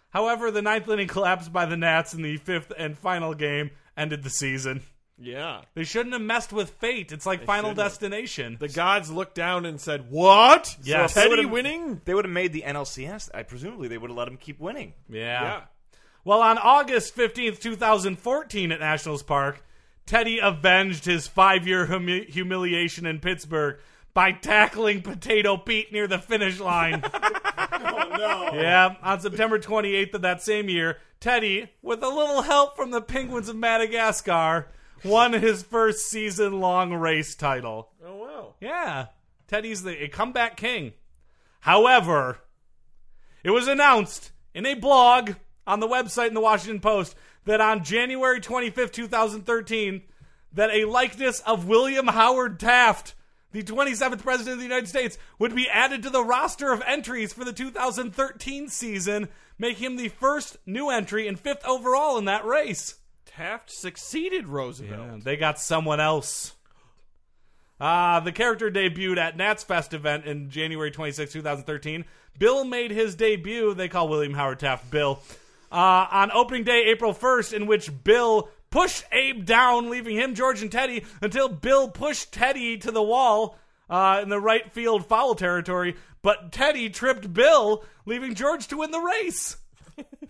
[SPEAKER 2] However, the ninth inning collapse by the Nats in the fifth and final game ended the season.
[SPEAKER 1] Yeah.
[SPEAKER 2] They shouldn't have messed with fate. It's like Final
[SPEAKER 1] shouldn't have.
[SPEAKER 2] Destination.
[SPEAKER 1] The gods looked down and said, "What?
[SPEAKER 2] Yes.
[SPEAKER 1] So Teddy
[SPEAKER 6] would've-
[SPEAKER 1] winning?
[SPEAKER 6] They would have made the NLCS. I presumably they would have let him keep winning.
[SPEAKER 2] yeah.
[SPEAKER 1] Yeah.
[SPEAKER 2] Well, on August 15th, 2014, at Nationals Park, Teddy avenged his five year humi- humiliation in Pittsburgh by tackling Potato Pete near the finish line.
[SPEAKER 1] Oh,
[SPEAKER 2] Yeah, on September 28th of that same year, Teddy, with a little help from the Penguins of Madagascar, won his first season long race title.
[SPEAKER 1] Oh wow.
[SPEAKER 2] Yeah. Teddy's the a comeback king. However, it was announced in a blog on the website in the Washington Post that on January 25th, 2013, that a likeness of William Howard Taft, the 27th president of the United States, would be added to the roster of entries for the 2013 season, making him the first new entry and fifth overall in that race.
[SPEAKER 1] Taft succeeded Roosevelt.
[SPEAKER 2] Yeah, they got someone else. Uh, the character debuted at Nats Fest event in January 26, 2013. Bill made his debut, they call William Howard Taft Bill, uh, on opening day, April 1st, in which Bill pushed Abe down, leaving him, George, and Teddy until Bill pushed Teddy to the wall uh, in the right field foul territory. But Teddy tripped Bill, leaving George to win the race.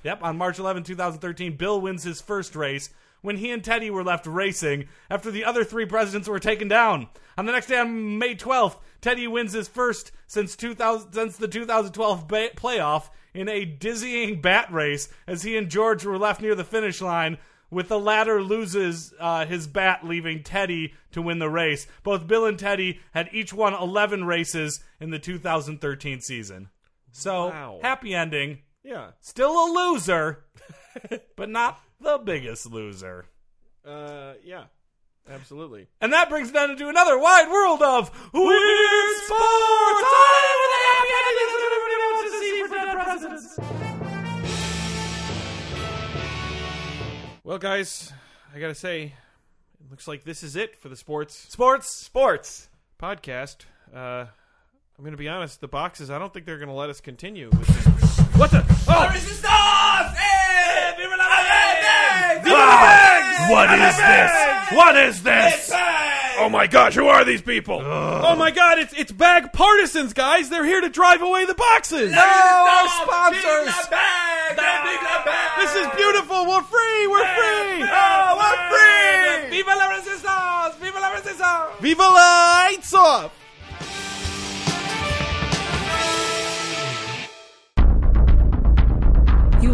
[SPEAKER 2] Yep, on March 11, 2013, Bill wins his first race when he and Teddy were left racing after the other three presidents were taken down. On the next day, on May 12th, Teddy wins his first since 2000 since the 2012 ba- playoff in a dizzying bat race as he and George were left near the finish line. With the latter loses uh, his bat, leaving Teddy to win the race. Both Bill and Teddy had each won 11 races in the 2013 season. So
[SPEAKER 1] Wow.
[SPEAKER 2] happy ending
[SPEAKER 1] Yeah.
[SPEAKER 2] still a loser, but not the biggest loser.
[SPEAKER 1] Uh, yeah. Absolutely.
[SPEAKER 2] And that brings us down into another wide world of weird sports. Oh, with a happy ending, that's what everybody wants to see for dead presidents.
[SPEAKER 1] Well, guys, I gotta say, it looks like this is it for the sports
[SPEAKER 2] Sports.
[SPEAKER 6] Sports.
[SPEAKER 1] podcast. Uh, I'm gonna be honest. The boxes. I don't think they're gonna let us continue. With this. What the? Oh,
[SPEAKER 4] What is this? What is this? Oh my gosh, who are these people?
[SPEAKER 1] oh my God! It's it's bag partisans, guys. They're here to drive away the boxes.
[SPEAKER 2] Oh, our sponsors.
[SPEAKER 1] This is beautiful. We're free. We're free.
[SPEAKER 6] Oh, we're free.
[SPEAKER 2] Viva la resistance! Viva la resistance!
[SPEAKER 1] Viva lights off.
[SPEAKER 7] You